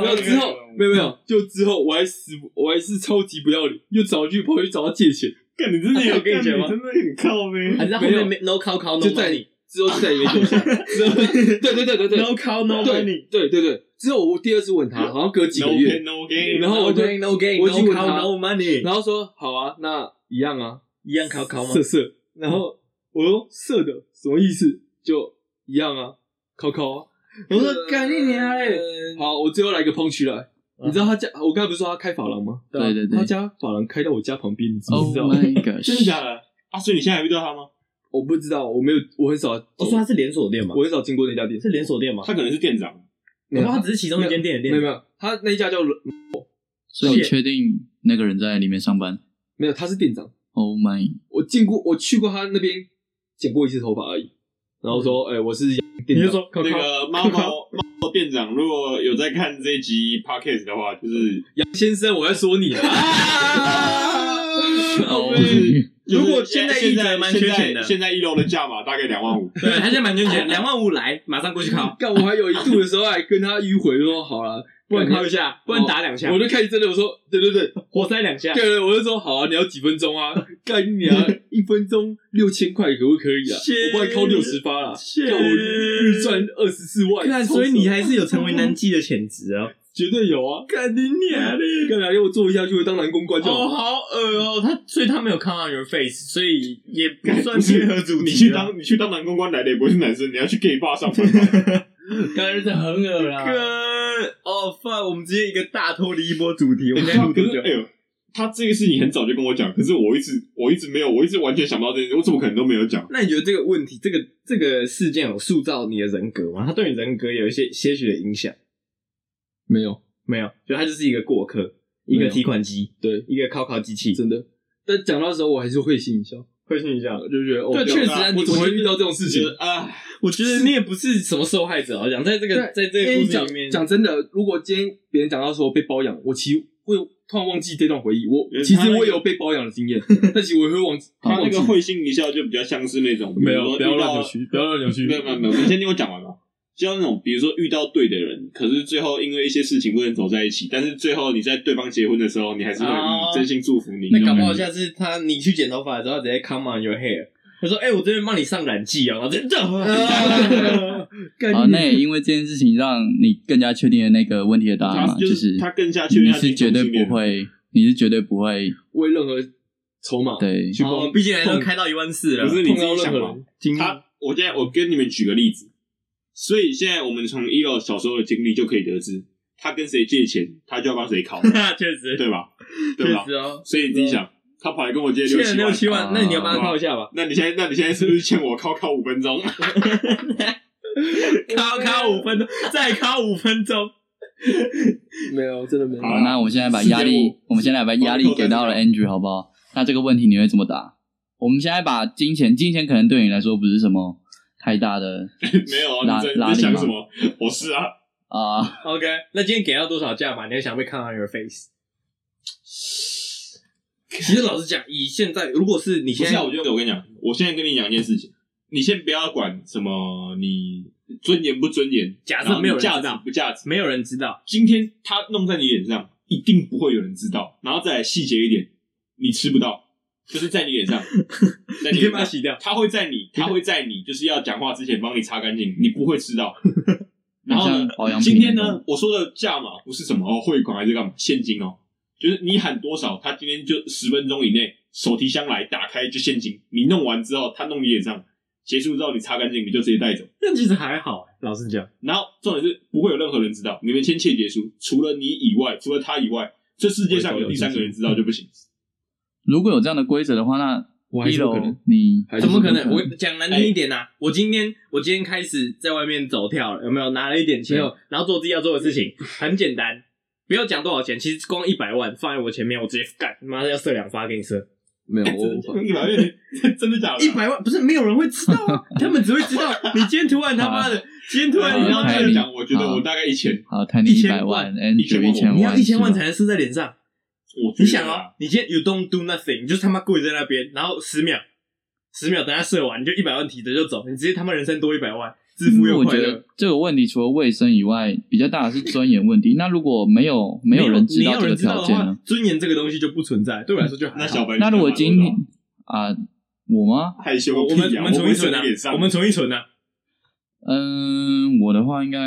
[SPEAKER 5] 没有之后，没有没有，就之后我还死不，我还是超级不要脸，又找去跑去找他借钱，
[SPEAKER 6] 干，你真的有
[SPEAKER 2] 我 跟你讲吗
[SPEAKER 6] 干真的很 靠呗。
[SPEAKER 2] 还是他后面没 no call call
[SPEAKER 5] 就
[SPEAKER 2] no
[SPEAKER 5] 在
[SPEAKER 2] money
[SPEAKER 5] 之后就再也没联系。 之后，对对对对对
[SPEAKER 2] no call no
[SPEAKER 5] 对
[SPEAKER 2] money
[SPEAKER 5] 对对对，之后我第二次问他，好像隔几
[SPEAKER 6] No
[SPEAKER 5] 个月
[SPEAKER 6] pain, no gain。
[SPEAKER 5] 然后我就
[SPEAKER 2] no gain, no gain
[SPEAKER 5] 我
[SPEAKER 2] no
[SPEAKER 5] 已经问
[SPEAKER 2] call
[SPEAKER 5] 他
[SPEAKER 2] no money，
[SPEAKER 5] 然后说好啊，那一样啊，
[SPEAKER 2] 一样 call call 吗
[SPEAKER 5] 色？色，然后我说色的什么意思？就一样啊，考考啊。我说干你娘嘞！好，我最后来个碰区了。你知道他家，我刚才不是说他开发廊吗？
[SPEAKER 1] 对对对
[SPEAKER 5] 他家发廊开到我家旁边，你知不
[SPEAKER 1] Oh
[SPEAKER 5] 知道？
[SPEAKER 1] my god！
[SPEAKER 6] 真的假的？啊，所以你现在还遇到他吗？
[SPEAKER 5] 我不知道，我没有，我很少，
[SPEAKER 2] 我说他是连锁店吗？
[SPEAKER 5] 我很少经过那家店。
[SPEAKER 2] 是连锁店吗？
[SPEAKER 6] 他可能是店长，
[SPEAKER 2] 我说他只是其中一间店的
[SPEAKER 5] 没
[SPEAKER 2] 店
[SPEAKER 5] 有没有，他那一家叫
[SPEAKER 1] 所以你确定那个人在里面上班
[SPEAKER 5] 没有，他是店长。
[SPEAKER 1] ？Oh my！
[SPEAKER 5] 我进过，我去过他那边剪过一次头发而已。然后说，哎、我是店长。
[SPEAKER 2] 你就说
[SPEAKER 5] 靠
[SPEAKER 6] 那
[SPEAKER 5] 靠
[SPEAKER 6] 个猫猫猫店长，如果有在看这一集 podcast 的话，就是
[SPEAKER 5] 杨哎先生，我在说你啊。
[SPEAKER 4] 哦
[SPEAKER 1] Oh
[SPEAKER 6] 就是
[SPEAKER 2] 如果现在
[SPEAKER 6] 现
[SPEAKER 2] 一
[SPEAKER 6] 在
[SPEAKER 2] 直蛮缺钱的
[SPEAKER 6] 现在现在一楼的价码大概两 万五，
[SPEAKER 2] 对，他现在蛮缺钱，两万五来，马上过去 call。
[SPEAKER 5] 干，我还有一度的时候还跟他迂回说，好了，不然敲一下，不然打两哦下。我就开始真的我说，对对对，
[SPEAKER 2] 活塞两下
[SPEAKER 5] 对，对，我就说好啊，你要几分钟啊？干你啊！一分钟六千块可不可以啊？
[SPEAKER 2] Shit
[SPEAKER 5] 我帮你扣六十八啦，
[SPEAKER 2] Shit
[SPEAKER 5] 叫我日赚二十四万。
[SPEAKER 2] 看，
[SPEAKER 5] 超
[SPEAKER 2] 所以你
[SPEAKER 5] 爽
[SPEAKER 2] 还是有成为男妓的潜质哦。
[SPEAKER 5] 绝对有啊！
[SPEAKER 2] 干你娘嘞！
[SPEAKER 5] 干嘛给我做一下就会当男公关就
[SPEAKER 2] 哦，
[SPEAKER 5] 好。
[SPEAKER 2] 好恶哦，他所以他没有 count on your face，所以也不算
[SPEAKER 4] 不是
[SPEAKER 2] 贴合主
[SPEAKER 4] 你
[SPEAKER 2] 题
[SPEAKER 4] 去
[SPEAKER 2] 啊。
[SPEAKER 4] 当你去当男公关来的也不是男生，你要去 gay 吧上 班吧。
[SPEAKER 2] 刚才是很恶啊
[SPEAKER 5] 干
[SPEAKER 2] 啦。哦，fuck！我们直接一个大脱离一波主题，我们现
[SPEAKER 4] 可是
[SPEAKER 2] 在录多久
[SPEAKER 4] 哎？呦，他这个事情很早就跟我讲，可是我一直我一直没有，我一直完全想不到这件事，我怎么可能都没有讲？
[SPEAKER 2] 那你觉得这个问题，这个这个事件有塑造你的人格吗？它对你人格有一些些许的影响？
[SPEAKER 5] 没有，
[SPEAKER 2] 没有，就他就是一个过客，一
[SPEAKER 5] 没
[SPEAKER 2] 个
[SPEAKER 5] 有
[SPEAKER 2] 提款机，
[SPEAKER 5] 对，
[SPEAKER 2] 一个烤烤机器，
[SPEAKER 5] 真的。但讲到的时候，我还是会心一笑，
[SPEAKER 2] 会心一笑。
[SPEAKER 5] 就觉得哦，
[SPEAKER 2] 对确实啊
[SPEAKER 5] 我怎么会遇到这种事情？
[SPEAKER 4] 啊，
[SPEAKER 2] 我觉得你也不是哎什么受害者，好像在这个在这
[SPEAKER 5] 因
[SPEAKER 2] 个
[SPEAKER 5] 为
[SPEAKER 2] 故
[SPEAKER 5] 你
[SPEAKER 2] 事
[SPEAKER 5] 讲
[SPEAKER 2] 里面，
[SPEAKER 5] 讲真的，如果今天别人讲到说被包养，我其实会突然忘记这段回忆。我
[SPEAKER 2] 嗯
[SPEAKER 4] 因为
[SPEAKER 5] 其
[SPEAKER 4] 他
[SPEAKER 5] 实
[SPEAKER 4] 那个
[SPEAKER 5] 我也有被包养的经验，但其实我也会 忘记。
[SPEAKER 4] 他那
[SPEAKER 5] 忘记
[SPEAKER 4] 个会心一笑就比较像是那种，
[SPEAKER 5] 没有，
[SPEAKER 4] 比如
[SPEAKER 5] 不要
[SPEAKER 4] 说遇
[SPEAKER 5] 乱
[SPEAKER 4] 到
[SPEAKER 5] 扭曲，不要乱扭曲。
[SPEAKER 4] 没有没有没有，你先听我讲完吧。就像那种，比如说遇到对的人，可是最后因为一些事情不能走在一起，但是最后你在对方结婚的时候，你还是会、
[SPEAKER 2] 哦
[SPEAKER 4] 嗯真心祝福你。
[SPEAKER 2] 那搞不好
[SPEAKER 4] 这
[SPEAKER 2] 下
[SPEAKER 4] 样
[SPEAKER 2] 次他你去剪头发的时候，他直接 come on your hair，他说：“哎、我这边帮你上染剂哦。”然后就这
[SPEAKER 5] 啊
[SPEAKER 2] 样
[SPEAKER 1] 好，那也因为这件事情让你更加确定了那个问题的答
[SPEAKER 2] 啊
[SPEAKER 1] 案嘛，
[SPEAKER 4] 他就是他更加确定
[SPEAKER 1] 你
[SPEAKER 4] 他自己
[SPEAKER 1] 是绝对
[SPEAKER 4] 同性恋
[SPEAKER 1] 不会，你是绝对不会
[SPEAKER 5] 为任何 筹码，
[SPEAKER 1] 对
[SPEAKER 4] 去
[SPEAKER 2] 哦
[SPEAKER 4] 碰，
[SPEAKER 2] 毕竟人都开到一万四了，
[SPEAKER 4] 不是你
[SPEAKER 5] 碰
[SPEAKER 4] 自
[SPEAKER 5] 到
[SPEAKER 4] 己
[SPEAKER 5] 任
[SPEAKER 4] 想
[SPEAKER 5] 何
[SPEAKER 4] 嘛
[SPEAKER 5] 人。经
[SPEAKER 4] 他，我现在我跟你们举个例子，所以现在我们从一楼小时候的经历就可以得知，他跟谁借钱，他就要帮谁考，
[SPEAKER 2] 那确实，
[SPEAKER 4] 对吧？对
[SPEAKER 2] 确
[SPEAKER 4] 吧
[SPEAKER 2] 实？哦，
[SPEAKER 4] 所以你自己想，他跑来跟我借
[SPEAKER 2] 欠
[SPEAKER 4] 六
[SPEAKER 2] 了
[SPEAKER 4] 七
[SPEAKER 2] 六
[SPEAKER 4] 万，
[SPEAKER 2] 七
[SPEAKER 1] 啊
[SPEAKER 2] 万，那你要帮他靠一下吧，
[SPEAKER 4] 那你现在那你现在是不是欠我靠靠五 分钟？
[SPEAKER 2] 靠靠五分钟，再靠五分钟，
[SPEAKER 5] 没有，真的没有。
[SPEAKER 2] 啊
[SPEAKER 4] 啊
[SPEAKER 1] 好，那我们现在把
[SPEAKER 4] 四点
[SPEAKER 1] 压力
[SPEAKER 4] 五，
[SPEAKER 1] 我们现在把压力给到了 Andrew，好不好？那这个问题你会怎么答？我们现在把金钱，金钱可能对你来说不是什么太大 的
[SPEAKER 4] 没有
[SPEAKER 1] 拉
[SPEAKER 4] 啊，你在
[SPEAKER 1] 拉
[SPEAKER 4] 你在
[SPEAKER 1] 力
[SPEAKER 4] 想
[SPEAKER 1] 吗
[SPEAKER 4] 什么？我是啊，
[SPEAKER 1] 啊、
[SPEAKER 2] OK，那今天给到多少价码？你还想被看到 your face？其实老实讲，以现在如果是你
[SPEAKER 4] 不
[SPEAKER 2] 现
[SPEAKER 4] 是
[SPEAKER 2] 在
[SPEAKER 4] 啊，我觉得我跟你讲，我现在跟你讲一件事情，你先不要管什么你尊严不尊严，
[SPEAKER 2] 假设
[SPEAKER 4] 然后你
[SPEAKER 2] 没有人
[SPEAKER 4] 价
[SPEAKER 2] 知
[SPEAKER 4] 值
[SPEAKER 2] 道
[SPEAKER 4] 不价值，
[SPEAKER 2] 没有人知道，
[SPEAKER 4] 今天他弄在你脸上，一定不会有人知道。然后再来细节一点，你吃不到，就是在你 脸上，在
[SPEAKER 2] 你
[SPEAKER 4] 你
[SPEAKER 2] 可以
[SPEAKER 4] 脸
[SPEAKER 2] 把它
[SPEAKER 4] 上，
[SPEAKER 2] 洗掉。
[SPEAKER 4] 他会在你，他会在你就是要讲话之前帮你擦干净，你不会吃到。然后
[SPEAKER 1] 像
[SPEAKER 4] 呢
[SPEAKER 1] 保养，品
[SPEAKER 4] 今天
[SPEAKER 1] 那
[SPEAKER 4] 呢，我说的价码不是什么哦汇款还是干嘛，现金哦，就是你喊多少，他今天就十分钟以内手提箱来打开就现金，你弄完之后他弄你脸上，结束之后你擦干净你就直接带走。
[SPEAKER 2] 那其实还好，欸老实讲，
[SPEAKER 4] 然后重点是不会有任何人知道，你们签切结书，除了你以外，除了他以外，这世界上有第三个人知道就不行。
[SPEAKER 1] 如果有这样的规则的话，
[SPEAKER 5] 我
[SPEAKER 1] 那
[SPEAKER 5] 还
[SPEAKER 1] 一
[SPEAKER 5] 是不可
[SPEAKER 1] 楼
[SPEAKER 5] 能
[SPEAKER 1] 你
[SPEAKER 5] 还是
[SPEAKER 2] 怎
[SPEAKER 5] 不
[SPEAKER 2] 么可能？
[SPEAKER 1] 可能
[SPEAKER 2] 我讲难听一点呐、啊我今天我今天开始在外面走跳了，有没有拿了一点钱
[SPEAKER 5] 没有，
[SPEAKER 2] 然后做自己要做的事情，很简单，不要讲多少钱，其实光一百万放在我前面，我直接干，妈的要射两发给你射，
[SPEAKER 5] 没有，我
[SPEAKER 4] 一百万，真的假的？
[SPEAKER 2] 一百万不是没有人会知道啊，他们只会知道你今天突然他妈的，今天突然
[SPEAKER 4] 对，
[SPEAKER 2] 你
[SPEAKER 4] 你
[SPEAKER 2] 要
[SPEAKER 4] 要
[SPEAKER 1] 啊
[SPEAKER 4] 这
[SPEAKER 1] 太
[SPEAKER 4] 样
[SPEAKER 1] 厉
[SPEAKER 4] 讲，我觉得
[SPEAKER 1] 好
[SPEAKER 4] 我大概一千，
[SPEAKER 1] 好谈你
[SPEAKER 2] 一
[SPEAKER 1] 一
[SPEAKER 2] 千
[SPEAKER 1] 百万
[SPEAKER 2] 万
[SPEAKER 1] ，Andrew 一
[SPEAKER 4] 一
[SPEAKER 1] 万，
[SPEAKER 4] 千万
[SPEAKER 2] 你要一千万
[SPEAKER 1] 是吧
[SPEAKER 2] 才能射在脸上，
[SPEAKER 4] 我觉得
[SPEAKER 2] 你想
[SPEAKER 4] 啊
[SPEAKER 2] 哦，你今天 you don't do nothing，你就是他妈跪在那边，然后十秒，十秒等他射完，你就一百万提着就走，你直接他妈人生多一百万，致富
[SPEAKER 1] 因为
[SPEAKER 2] 又
[SPEAKER 1] 嗯我
[SPEAKER 2] 快
[SPEAKER 1] 觉
[SPEAKER 2] 乐
[SPEAKER 1] 得。这个问题除了卫生以外，比较大的是尊严问题。那如果没有没有人知
[SPEAKER 2] 没
[SPEAKER 1] 道
[SPEAKER 2] 有
[SPEAKER 1] 这
[SPEAKER 2] 人
[SPEAKER 1] 个
[SPEAKER 2] 知道
[SPEAKER 1] 条
[SPEAKER 2] 的
[SPEAKER 1] 件啊
[SPEAKER 2] 话
[SPEAKER 1] 呢，？
[SPEAKER 2] 尊严这个东西就不存在，对我来说就还好
[SPEAKER 4] 那小白，
[SPEAKER 1] 那如果
[SPEAKER 4] 你干
[SPEAKER 1] 今
[SPEAKER 4] 嘛
[SPEAKER 1] 天啊、我吗？
[SPEAKER 4] 害羞
[SPEAKER 2] 我
[SPEAKER 4] 屁啊，
[SPEAKER 2] 们我们存一
[SPEAKER 4] 不会
[SPEAKER 2] 存
[SPEAKER 4] 在
[SPEAKER 2] 啊
[SPEAKER 4] 你脸，上
[SPEAKER 2] 我们存一存啊，
[SPEAKER 1] 嗯，我的话应该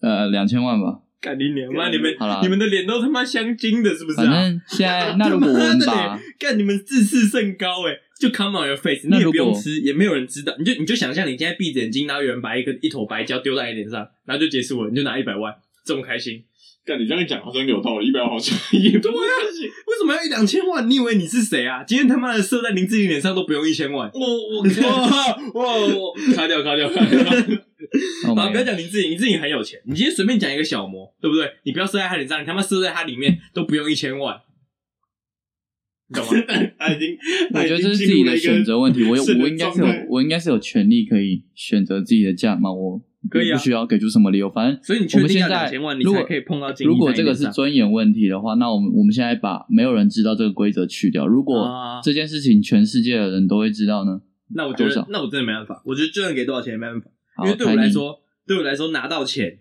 [SPEAKER 1] 呃两千万吧。
[SPEAKER 2] 干你娘！妈你们
[SPEAKER 1] 好啦
[SPEAKER 2] 你们的脸都他妈镶金的，是不是
[SPEAKER 1] 反
[SPEAKER 2] 啊？
[SPEAKER 1] 正现 在，那如果我们
[SPEAKER 2] 他妈的
[SPEAKER 1] 把
[SPEAKER 2] 脸干你们自视甚高哎，就 come on your face，你
[SPEAKER 1] 那
[SPEAKER 2] 也
[SPEAKER 1] 如
[SPEAKER 2] 不
[SPEAKER 1] 果
[SPEAKER 2] 用吃，也没有人知道，你就你就想象你现在闭着眼睛，然后有人把一个一坨白胶丢在你脸上，然后就结束了，你就拿一百万，这么开心？
[SPEAKER 4] 干你这样讲好像有道理，一百万好像也不
[SPEAKER 2] 对啊为什么要一两千万？你以为你是谁啊？今天他妈的射在林志玲脸上都不用一千万，
[SPEAKER 4] 我我
[SPEAKER 2] 哇哇！
[SPEAKER 5] 卡掉卡掉，卡掉
[SPEAKER 1] Oh
[SPEAKER 2] 好，
[SPEAKER 1] my
[SPEAKER 2] 不要
[SPEAKER 1] God
[SPEAKER 2] 讲林志颖，林志颖很有钱。你今天随便讲一个小模，对不对？你不要射在他脸上，你他妈射在他里面都不用一千万，你懂吗？
[SPEAKER 4] 他已经，
[SPEAKER 1] 我
[SPEAKER 4] 他已
[SPEAKER 1] 觉
[SPEAKER 4] 经
[SPEAKER 1] 得这是自
[SPEAKER 4] 进
[SPEAKER 1] 己
[SPEAKER 4] 入了
[SPEAKER 1] 的
[SPEAKER 4] 一个
[SPEAKER 1] 选择问题，我有
[SPEAKER 4] 圣人
[SPEAKER 1] 我应该是有
[SPEAKER 4] 状态
[SPEAKER 1] 我应该是有权利可以选择自己的价码，我
[SPEAKER 2] 可以啊
[SPEAKER 1] 不需要给出什么理由，反正
[SPEAKER 2] 所以你
[SPEAKER 1] 我
[SPEAKER 2] 确
[SPEAKER 1] 们
[SPEAKER 2] 定要
[SPEAKER 1] 现
[SPEAKER 2] 两
[SPEAKER 1] 在
[SPEAKER 2] 千万，你
[SPEAKER 1] 如
[SPEAKER 2] 才
[SPEAKER 1] 果
[SPEAKER 2] 可以碰到金
[SPEAKER 1] 如果这个是尊严问题的话，那我们我们现在把没有人知道这个规则去掉，如果
[SPEAKER 2] 啊，
[SPEAKER 1] 这件事情全世界的人都会知道呢？
[SPEAKER 2] 那我觉
[SPEAKER 1] 多
[SPEAKER 2] 得
[SPEAKER 1] 少
[SPEAKER 2] 那我真的没办法，我觉得就算给多少钱也没办法，
[SPEAKER 1] 好
[SPEAKER 2] 因为对我来，
[SPEAKER 1] 看
[SPEAKER 2] 说，对我来说拿到钱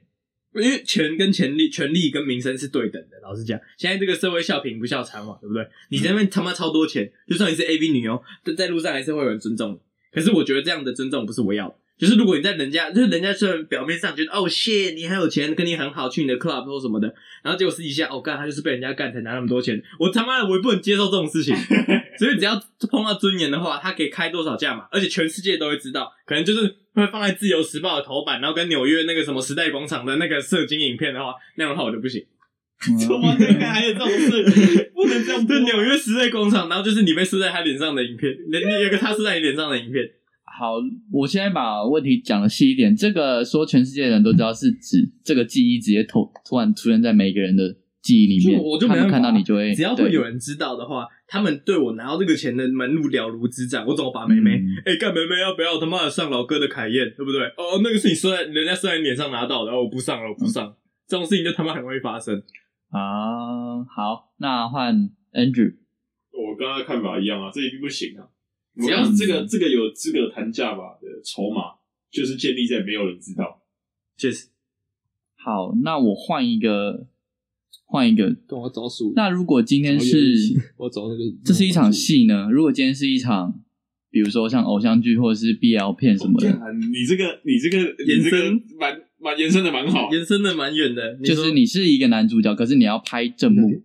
[SPEAKER 2] 因为权跟权力、权力跟民生是对等的。老实讲，现在这个社会笑贫不笑娼嘛，对不对？你在那边他妈超多钱，就算你是 A B 女优，但在路上还是会有人尊重你。可是我觉得这样的尊重不是我要的。就是如果你在人家，就是人家虽然表面上觉得哦谢你很有钱，跟你很好，去你的 club 或什么的，然后结果私底下哦干他就是被人家干才拿那么多钱，我他妈的我也不能接受这种 事情。所以只要碰到尊严的话，他可以开多少价嘛，而且全世界都会知道，可能就是会放在《自由时报》的头版，然后跟纽约那个什么时代广场的那个射精影片的话，那样的话我就不行。
[SPEAKER 4] 怎
[SPEAKER 1] 嗯
[SPEAKER 4] 么原来还有这种事？不能这样播
[SPEAKER 2] 对，啊纽约时代广场，然后就是你被射在他脸上的影片，那那有个他射在你脸上的影片，
[SPEAKER 1] 好，我现在把问题讲的细一点。这个说全世界的人都知道，是指这个记忆直接突突然出现在每个人的记忆里面，
[SPEAKER 2] 就我就没
[SPEAKER 1] 他
[SPEAKER 2] 办
[SPEAKER 1] 们
[SPEAKER 2] 法
[SPEAKER 1] 看到你就会，
[SPEAKER 2] 只要会
[SPEAKER 1] 对
[SPEAKER 2] 有人知道的话，他们对我拿到这个钱的门路了如指掌。我怎么把妹妹？
[SPEAKER 1] 嗯
[SPEAKER 2] 哎、干妹妹要不要他妈的上老哥的凯宴，对不对？哦，那个是你射在人家射在你脸上拿到的，哦，我不上了，我不上。
[SPEAKER 5] 嗯
[SPEAKER 2] 这种事情就他妈很容易发生。
[SPEAKER 1] 啊，好，那换 Andrew，
[SPEAKER 4] 我跟他的看法一样啊，这一定不行啊！
[SPEAKER 1] 嗯
[SPEAKER 4] 只要这个这个有资格谈价码的筹码，就是建立在没有人知道。
[SPEAKER 2] 确实，
[SPEAKER 1] 好，那我换一个，换一个。
[SPEAKER 5] 跟我找数。
[SPEAKER 1] 那如果今天
[SPEAKER 5] 找游戏
[SPEAKER 1] 是
[SPEAKER 5] 我找那个，
[SPEAKER 1] 这是一场戏呢？如果今天是一场，比如说像偶像剧或者是 BL 片什么
[SPEAKER 4] 这
[SPEAKER 1] 的，
[SPEAKER 4] 样啊你这个你这个
[SPEAKER 2] 延伸
[SPEAKER 4] 你这个蛮蛮延伸的蛮好。
[SPEAKER 2] 延伸的蛮远的，
[SPEAKER 1] 就
[SPEAKER 2] 说
[SPEAKER 1] 是你是一个男主角，可是你要拍正幕，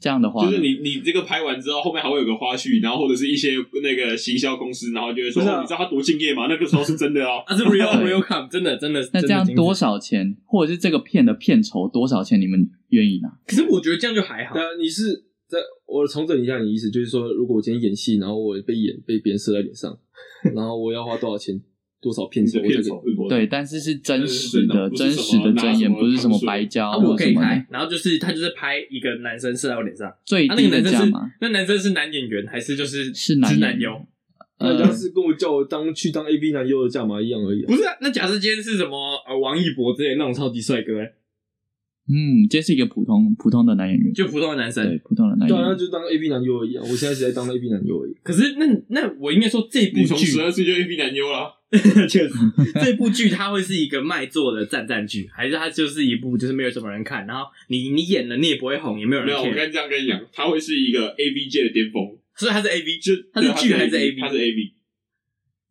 [SPEAKER 1] 这样的话呢，
[SPEAKER 4] 就是你，你这个拍完之后，后面还会有个花絮，然后或者是一些那个行销公司，然后就会说，
[SPEAKER 2] 不是啊
[SPEAKER 4] 哦你知道他多敬业吗？那个时候是真的
[SPEAKER 2] ，
[SPEAKER 4] 哦
[SPEAKER 2] 啊，是 real
[SPEAKER 1] 对
[SPEAKER 2] real come，真的真的。
[SPEAKER 1] 那这样
[SPEAKER 2] 真的精彩
[SPEAKER 1] 多？少钱，或者是这个片的片酬多少钱，你们愿意拿？
[SPEAKER 2] 可是我觉得这样就还好。
[SPEAKER 5] 那你是在我重整一下你的意思，就是说，如果我今天演戏，然后我被演被别人射在脸 上，然后我要花多少钱，多少片
[SPEAKER 4] 你
[SPEAKER 5] 酬，
[SPEAKER 4] 的
[SPEAKER 5] 我就
[SPEAKER 4] 片
[SPEAKER 5] 给
[SPEAKER 4] 酬是多少
[SPEAKER 1] 对，但是是真实
[SPEAKER 4] 对
[SPEAKER 1] 的、
[SPEAKER 4] 不
[SPEAKER 1] 真
[SPEAKER 4] 是
[SPEAKER 1] 实
[SPEAKER 4] 什
[SPEAKER 1] 的
[SPEAKER 4] 么
[SPEAKER 1] 真言，
[SPEAKER 4] 拿什么
[SPEAKER 1] 不是什么
[SPEAKER 4] 糖水
[SPEAKER 1] 白胶
[SPEAKER 2] 啊，
[SPEAKER 1] 或者
[SPEAKER 2] 我可
[SPEAKER 1] 什
[SPEAKER 2] 以
[SPEAKER 1] 么的
[SPEAKER 2] 拍，，然后就是他就是拍一个男生射在我脸上，
[SPEAKER 1] 最
[SPEAKER 2] 啊，那
[SPEAKER 1] 低
[SPEAKER 2] 个
[SPEAKER 1] 的
[SPEAKER 2] 男
[SPEAKER 1] 价
[SPEAKER 2] 生是
[SPEAKER 1] 嘛，
[SPEAKER 2] 那男生是男演员还是就是
[SPEAKER 1] 是
[SPEAKER 2] 男
[SPEAKER 1] 男演
[SPEAKER 2] 直
[SPEAKER 1] 员
[SPEAKER 2] 男优？
[SPEAKER 5] 那
[SPEAKER 1] 呃
[SPEAKER 5] 人家是跟我叫我当去当 A B 男优的价码一样而已、啊。
[SPEAKER 2] 不是、啊，那假设今天是什么呃王一博之类的那种超级帅哥、欸，
[SPEAKER 1] 嗯，这是一个普通普通的男演员，
[SPEAKER 2] 就普通的男
[SPEAKER 1] 对
[SPEAKER 2] 生。
[SPEAKER 1] 普通的男
[SPEAKER 5] 对
[SPEAKER 1] 演
[SPEAKER 5] 啊，那
[SPEAKER 1] 员，
[SPEAKER 5] 就当 A B 男优而已啊！我现在只在当 A B 男优而已。
[SPEAKER 2] 可是那那我应该说这部
[SPEAKER 4] 你从
[SPEAKER 2] 剧
[SPEAKER 4] 十，二岁就 A B 男优了，
[SPEAKER 2] 确实这部剧它会是一个卖座的战战剧，还是它就是一部就是没有什么人看，然后你你演了你也不会红，也没有
[SPEAKER 4] 没
[SPEAKER 2] 人
[SPEAKER 4] 有，我
[SPEAKER 2] care，
[SPEAKER 4] 跟这样跟你讲，他会是一个 A B 界的巅峰，
[SPEAKER 2] 所以它是 A V，
[SPEAKER 4] 就
[SPEAKER 2] 他是
[SPEAKER 4] 对
[SPEAKER 2] 剧还是 AV
[SPEAKER 4] 他是 A B，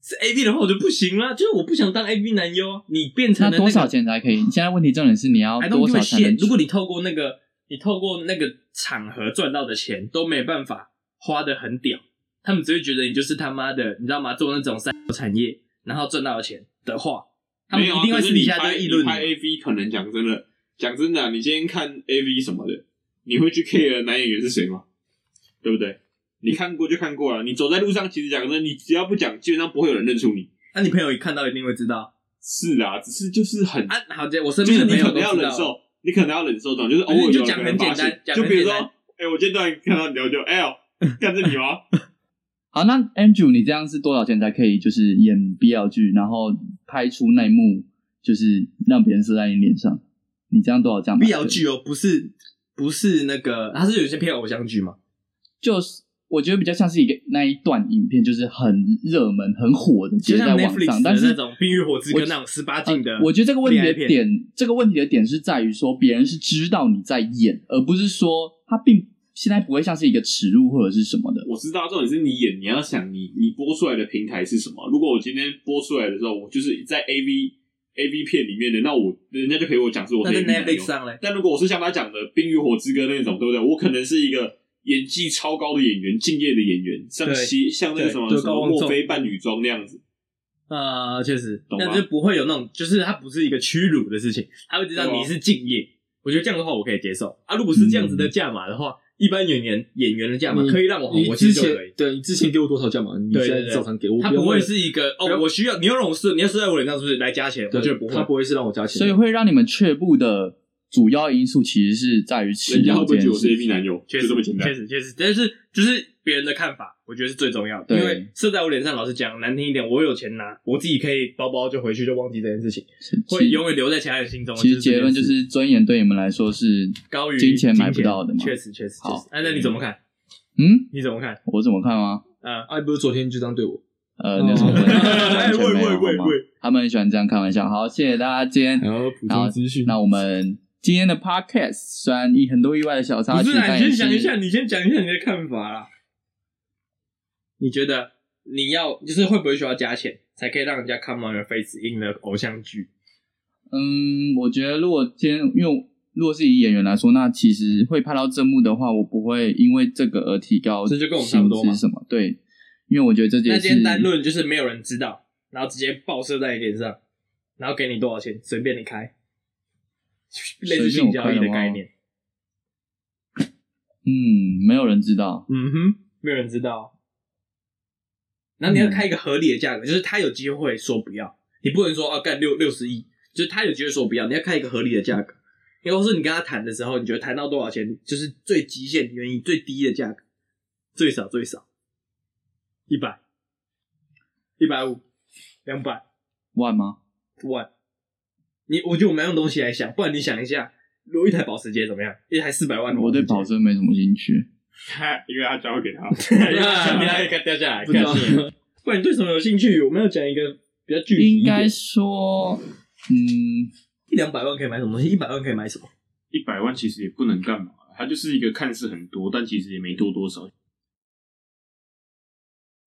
[SPEAKER 2] 是 A V 的话我就不行啦，就是我不想当 A V 男优，啊你变
[SPEAKER 1] 那
[SPEAKER 2] 成了那
[SPEAKER 1] 多
[SPEAKER 2] 个
[SPEAKER 1] 少钱才可以？现在问题重点是你要
[SPEAKER 2] I don't
[SPEAKER 1] 多
[SPEAKER 2] give
[SPEAKER 1] 少
[SPEAKER 2] a
[SPEAKER 1] 才能
[SPEAKER 2] shit。？如果你透过那个，你透过那个场合赚到的钱都没办法花的很屌，他们只会觉得你就是他妈的，你知道吗？做那种三产业，然后赚到的钱的话，他们
[SPEAKER 4] 没有
[SPEAKER 2] 一
[SPEAKER 4] 啊
[SPEAKER 2] 定会
[SPEAKER 4] 可是
[SPEAKER 2] 私
[SPEAKER 4] 你
[SPEAKER 2] 底下
[SPEAKER 4] 拍
[SPEAKER 2] 就议
[SPEAKER 4] 你
[SPEAKER 2] 论
[SPEAKER 4] 拍
[SPEAKER 2] 你。
[SPEAKER 4] A B 可能讲真的，讲真的啊，你今天看 A V 什么的，你会去 care 男演员是谁吗？对不对？你看过就看过了，啊你走在路上，其实讲真的，你只要不讲，基本上不会有人认出你。
[SPEAKER 2] 那你朋友一看到一定会知道
[SPEAKER 4] 是啊，只是就是很
[SPEAKER 2] 啊。好的，我身
[SPEAKER 4] 就
[SPEAKER 2] 边
[SPEAKER 4] 是
[SPEAKER 2] 的
[SPEAKER 4] 你
[SPEAKER 2] 朋
[SPEAKER 4] 可
[SPEAKER 2] 友
[SPEAKER 4] 能
[SPEAKER 2] 都
[SPEAKER 4] 要
[SPEAKER 2] 知
[SPEAKER 4] 忍
[SPEAKER 2] 道。
[SPEAKER 4] 受，你可能要忍受这种，就是偶
[SPEAKER 2] 可是
[SPEAKER 4] 尔
[SPEAKER 2] 你就
[SPEAKER 4] 有
[SPEAKER 2] 讲
[SPEAKER 4] 人
[SPEAKER 2] 很
[SPEAKER 4] 发
[SPEAKER 2] 简单
[SPEAKER 4] 现
[SPEAKER 2] 讲
[SPEAKER 4] 就
[SPEAKER 2] 很
[SPEAKER 4] 比如
[SPEAKER 2] 简
[SPEAKER 4] 说，
[SPEAKER 2] 单
[SPEAKER 4] 哎，我今天突然看到你，我就哎呦，看这你吗？
[SPEAKER 1] 好，那 Andrew，你这样是多少钱才可以？就是演 BL 剧，然后拍出那一幕，就是让别人射在你脸上，你这样多少这样
[SPEAKER 2] B L 剧哦，不是不是那个，它是有些偏偶像剧嘛？
[SPEAKER 1] 就是我觉得比较像是一个那一段影片，就是很热门、很火的，直
[SPEAKER 2] 就
[SPEAKER 1] 接在
[SPEAKER 2] 像
[SPEAKER 1] 网
[SPEAKER 2] Netflix
[SPEAKER 1] 上。
[SPEAKER 2] 的
[SPEAKER 1] 但是
[SPEAKER 2] 那种《冰与火之歌
[SPEAKER 1] 我》
[SPEAKER 2] 那种十八
[SPEAKER 1] 呃
[SPEAKER 2] 禁的，
[SPEAKER 1] 我觉得这个问题
[SPEAKER 2] 恋爱
[SPEAKER 1] 的
[SPEAKER 2] 片
[SPEAKER 1] 点，这个问题的点是在于说，别人是知道你在演，而不是说他并现在不会像是一个耻辱或者是什么的。
[SPEAKER 4] 我知道重点是你演，你要想你你播出来的平台是什么。如果我今天播出来的时候，我就是在 A V A V 片里面的，那我人家就陪我讲说我
[SPEAKER 2] 那在
[SPEAKER 4] 是 AV 男优
[SPEAKER 2] Netflix 啊上嘞，
[SPEAKER 4] 但如果我是像他讲的《冰与火之歌》那种，对不对？我可能是一个演技超高的演员，敬业的演员，像
[SPEAKER 2] 对
[SPEAKER 4] 西像那个什么
[SPEAKER 2] 对
[SPEAKER 4] 什
[SPEAKER 2] 高
[SPEAKER 4] 么
[SPEAKER 2] 望重
[SPEAKER 4] 墨菲扮女装那样子。
[SPEAKER 2] 呃，确实，
[SPEAKER 4] 懂
[SPEAKER 2] 但
[SPEAKER 4] 吗
[SPEAKER 2] 就不会有那种，就是它不是一个屈辱的事情，他会知道
[SPEAKER 4] 对啊
[SPEAKER 2] 你是敬业。我觉得这样的话我可以接受啊。如果是这样子的价码的话，一般演员演员的价码
[SPEAKER 5] 你
[SPEAKER 2] 可以让我红，
[SPEAKER 5] 你
[SPEAKER 2] 我其
[SPEAKER 5] 之
[SPEAKER 2] 实就
[SPEAKER 5] 前
[SPEAKER 2] 可以。
[SPEAKER 5] 对你之前给我多少价码，你
[SPEAKER 2] 对
[SPEAKER 5] 现
[SPEAKER 2] 对
[SPEAKER 5] 在照常给我，
[SPEAKER 2] 他不
[SPEAKER 5] 要
[SPEAKER 2] 会
[SPEAKER 5] 为了
[SPEAKER 2] 是一个
[SPEAKER 5] 不要
[SPEAKER 2] 哦，我需要你要让我射，你要射在我脸上，是不是来加钱？我
[SPEAKER 5] 对，
[SPEAKER 2] 觉得不会
[SPEAKER 5] 他，不会是让我加钱的，
[SPEAKER 1] 所以会让你们却步的主要因素，其实是在于耻
[SPEAKER 4] 人家会
[SPEAKER 1] 辱
[SPEAKER 4] 不会
[SPEAKER 1] 这
[SPEAKER 4] 觉得
[SPEAKER 1] 件
[SPEAKER 4] 我是
[SPEAKER 1] 事
[SPEAKER 4] A。V 男优？
[SPEAKER 2] 确
[SPEAKER 4] 就
[SPEAKER 2] 实
[SPEAKER 4] 这么简单
[SPEAKER 2] 确。实确实，但是就是别人的看法，我觉得是最重要的。
[SPEAKER 1] 对
[SPEAKER 2] 因为射在我脸上，老实讲难听一点，我有钱拿，我自己可以包包就回去，就忘记这件事情，
[SPEAKER 1] 是
[SPEAKER 2] 会永远留在其他人心中。
[SPEAKER 1] 其实
[SPEAKER 2] 这
[SPEAKER 1] 结
[SPEAKER 2] 件
[SPEAKER 1] 论
[SPEAKER 2] 事
[SPEAKER 1] 就是，尊严对你们来说是
[SPEAKER 2] 高于
[SPEAKER 1] 金钱买不到的嘛。
[SPEAKER 2] 确实确实。确啊
[SPEAKER 1] 好
[SPEAKER 2] 实，哎，那你怎么看？
[SPEAKER 1] 嗯，
[SPEAKER 2] 你怎么看？
[SPEAKER 1] 我怎么看吗？
[SPEAKER 2] 啊，
[SPEAKER 5] 啊，不是昨天就这样对我，
[SPEAKER 1] 呃，那什么， 完 全
[SPEAKER 2] 哎
[SPEAKER 1] 没有
[SPEAKER 6] 喂喂喂
[SPEAKER 1] 好吗
[SPEAKER 6] 喂
[SPEAKER 1] 他们很喜欢这样开玩笑。好，谢谢大家今天
[SPEAKER 5] 然后补
[SPEAKER 1] 好
[SPEAKER 5] 充资讯，
[SPEAKER 1] 那我们今天的 podcast 虽然一很多意外的小插
[SPEAKER 2] 不
[SPEAKER 1] 曲，
[SPEAKER 2] 是啊，
[SPEAKER 1] 但
[SPEAKER 2] 你
[SPEAKER 1] 也
[SPEAKER 2] 先想一
[SPEAKER 1] 是
[SPEAKER 2] 下，你先讲一下你的看法啦。你觉得你要就是会不会需要加钱才可以让人家 come on your face in 的偶像剧？
[SPEAKER 1] 嗯，我觉得如果今天因为如果是以演员来说，那其实会拍到正幕的话，我不会因为这个而提高，
[SPEAKER 2] 这就跟我们差不多嘛
[SPEAKER 1] 什么？对，因为我觉得这
[SPEAKER 2] 那
[SPEAKER 1] 件
[SPEAKER 2] 今天
[SPEAKER 1] 事，
[SPEAKER 2] 单论就是没有人知道，然后直接爆射在你脸上，然后给你多少钱随便你开，类似性交易的概念。
[SPEAKER 1] 嗯，没有人知道，
[SPEAKER 2] 嗯哼，没有人知道。然后你要开一个合理的价格，就是他有机会说不要，你不能说啊干六六十亿，就是他有机会说不要，你要开一个合理的价格。又或是你跟他谈的时候，你觉得谈到多少钱就是最极限，你愿意最低的价格，最少最少一百、一百五、两百
[SPEAKER 1] 万吗？
[SPEAKER 2] 万。你我觉得我们要用东西来想，不然你想一下，如果一台保时捷怎么样？一台四百万的
[SPEAKER 1] 我对
[SPEAKER 2] 保
[SPEAKER 1] 保
[SPEAKER 2] 时捷，
[SPEAKER 1] 真没什么兴趣。
[SPEAKER 6] 因为他交给 他，
[SPEAKER 2] 对啊你还给它掉下来，
[SPEAKER 5] 不知道
[SPEAKER 2] 干你不然你对什么有兴趣？我们要讲一个比较具体一
[SPEAKER 1] 应
[SPEAKER 2] 点
[SPEAKER 1] 该说，嗯，
[SPEAKER 2] 一两百万可以买什么东西？一百万可以买什么？
[SPEAKER 6] 一百万其实也不能干嘛，它就是一个看似很多，但其实也没多多少。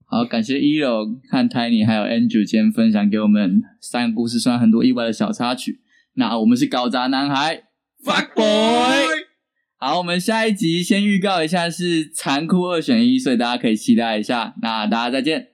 [SPEAKER 1] 好，感谢一楼和 Tiny 还有 Andrew 今天分享给我们三个故事，虽然很多意外的小插曲。那我们是搞砸男孩 Fuck Boy。好，我们下一集先预告一下是残酷二选一，所以大家可以期待一下。那大家再见，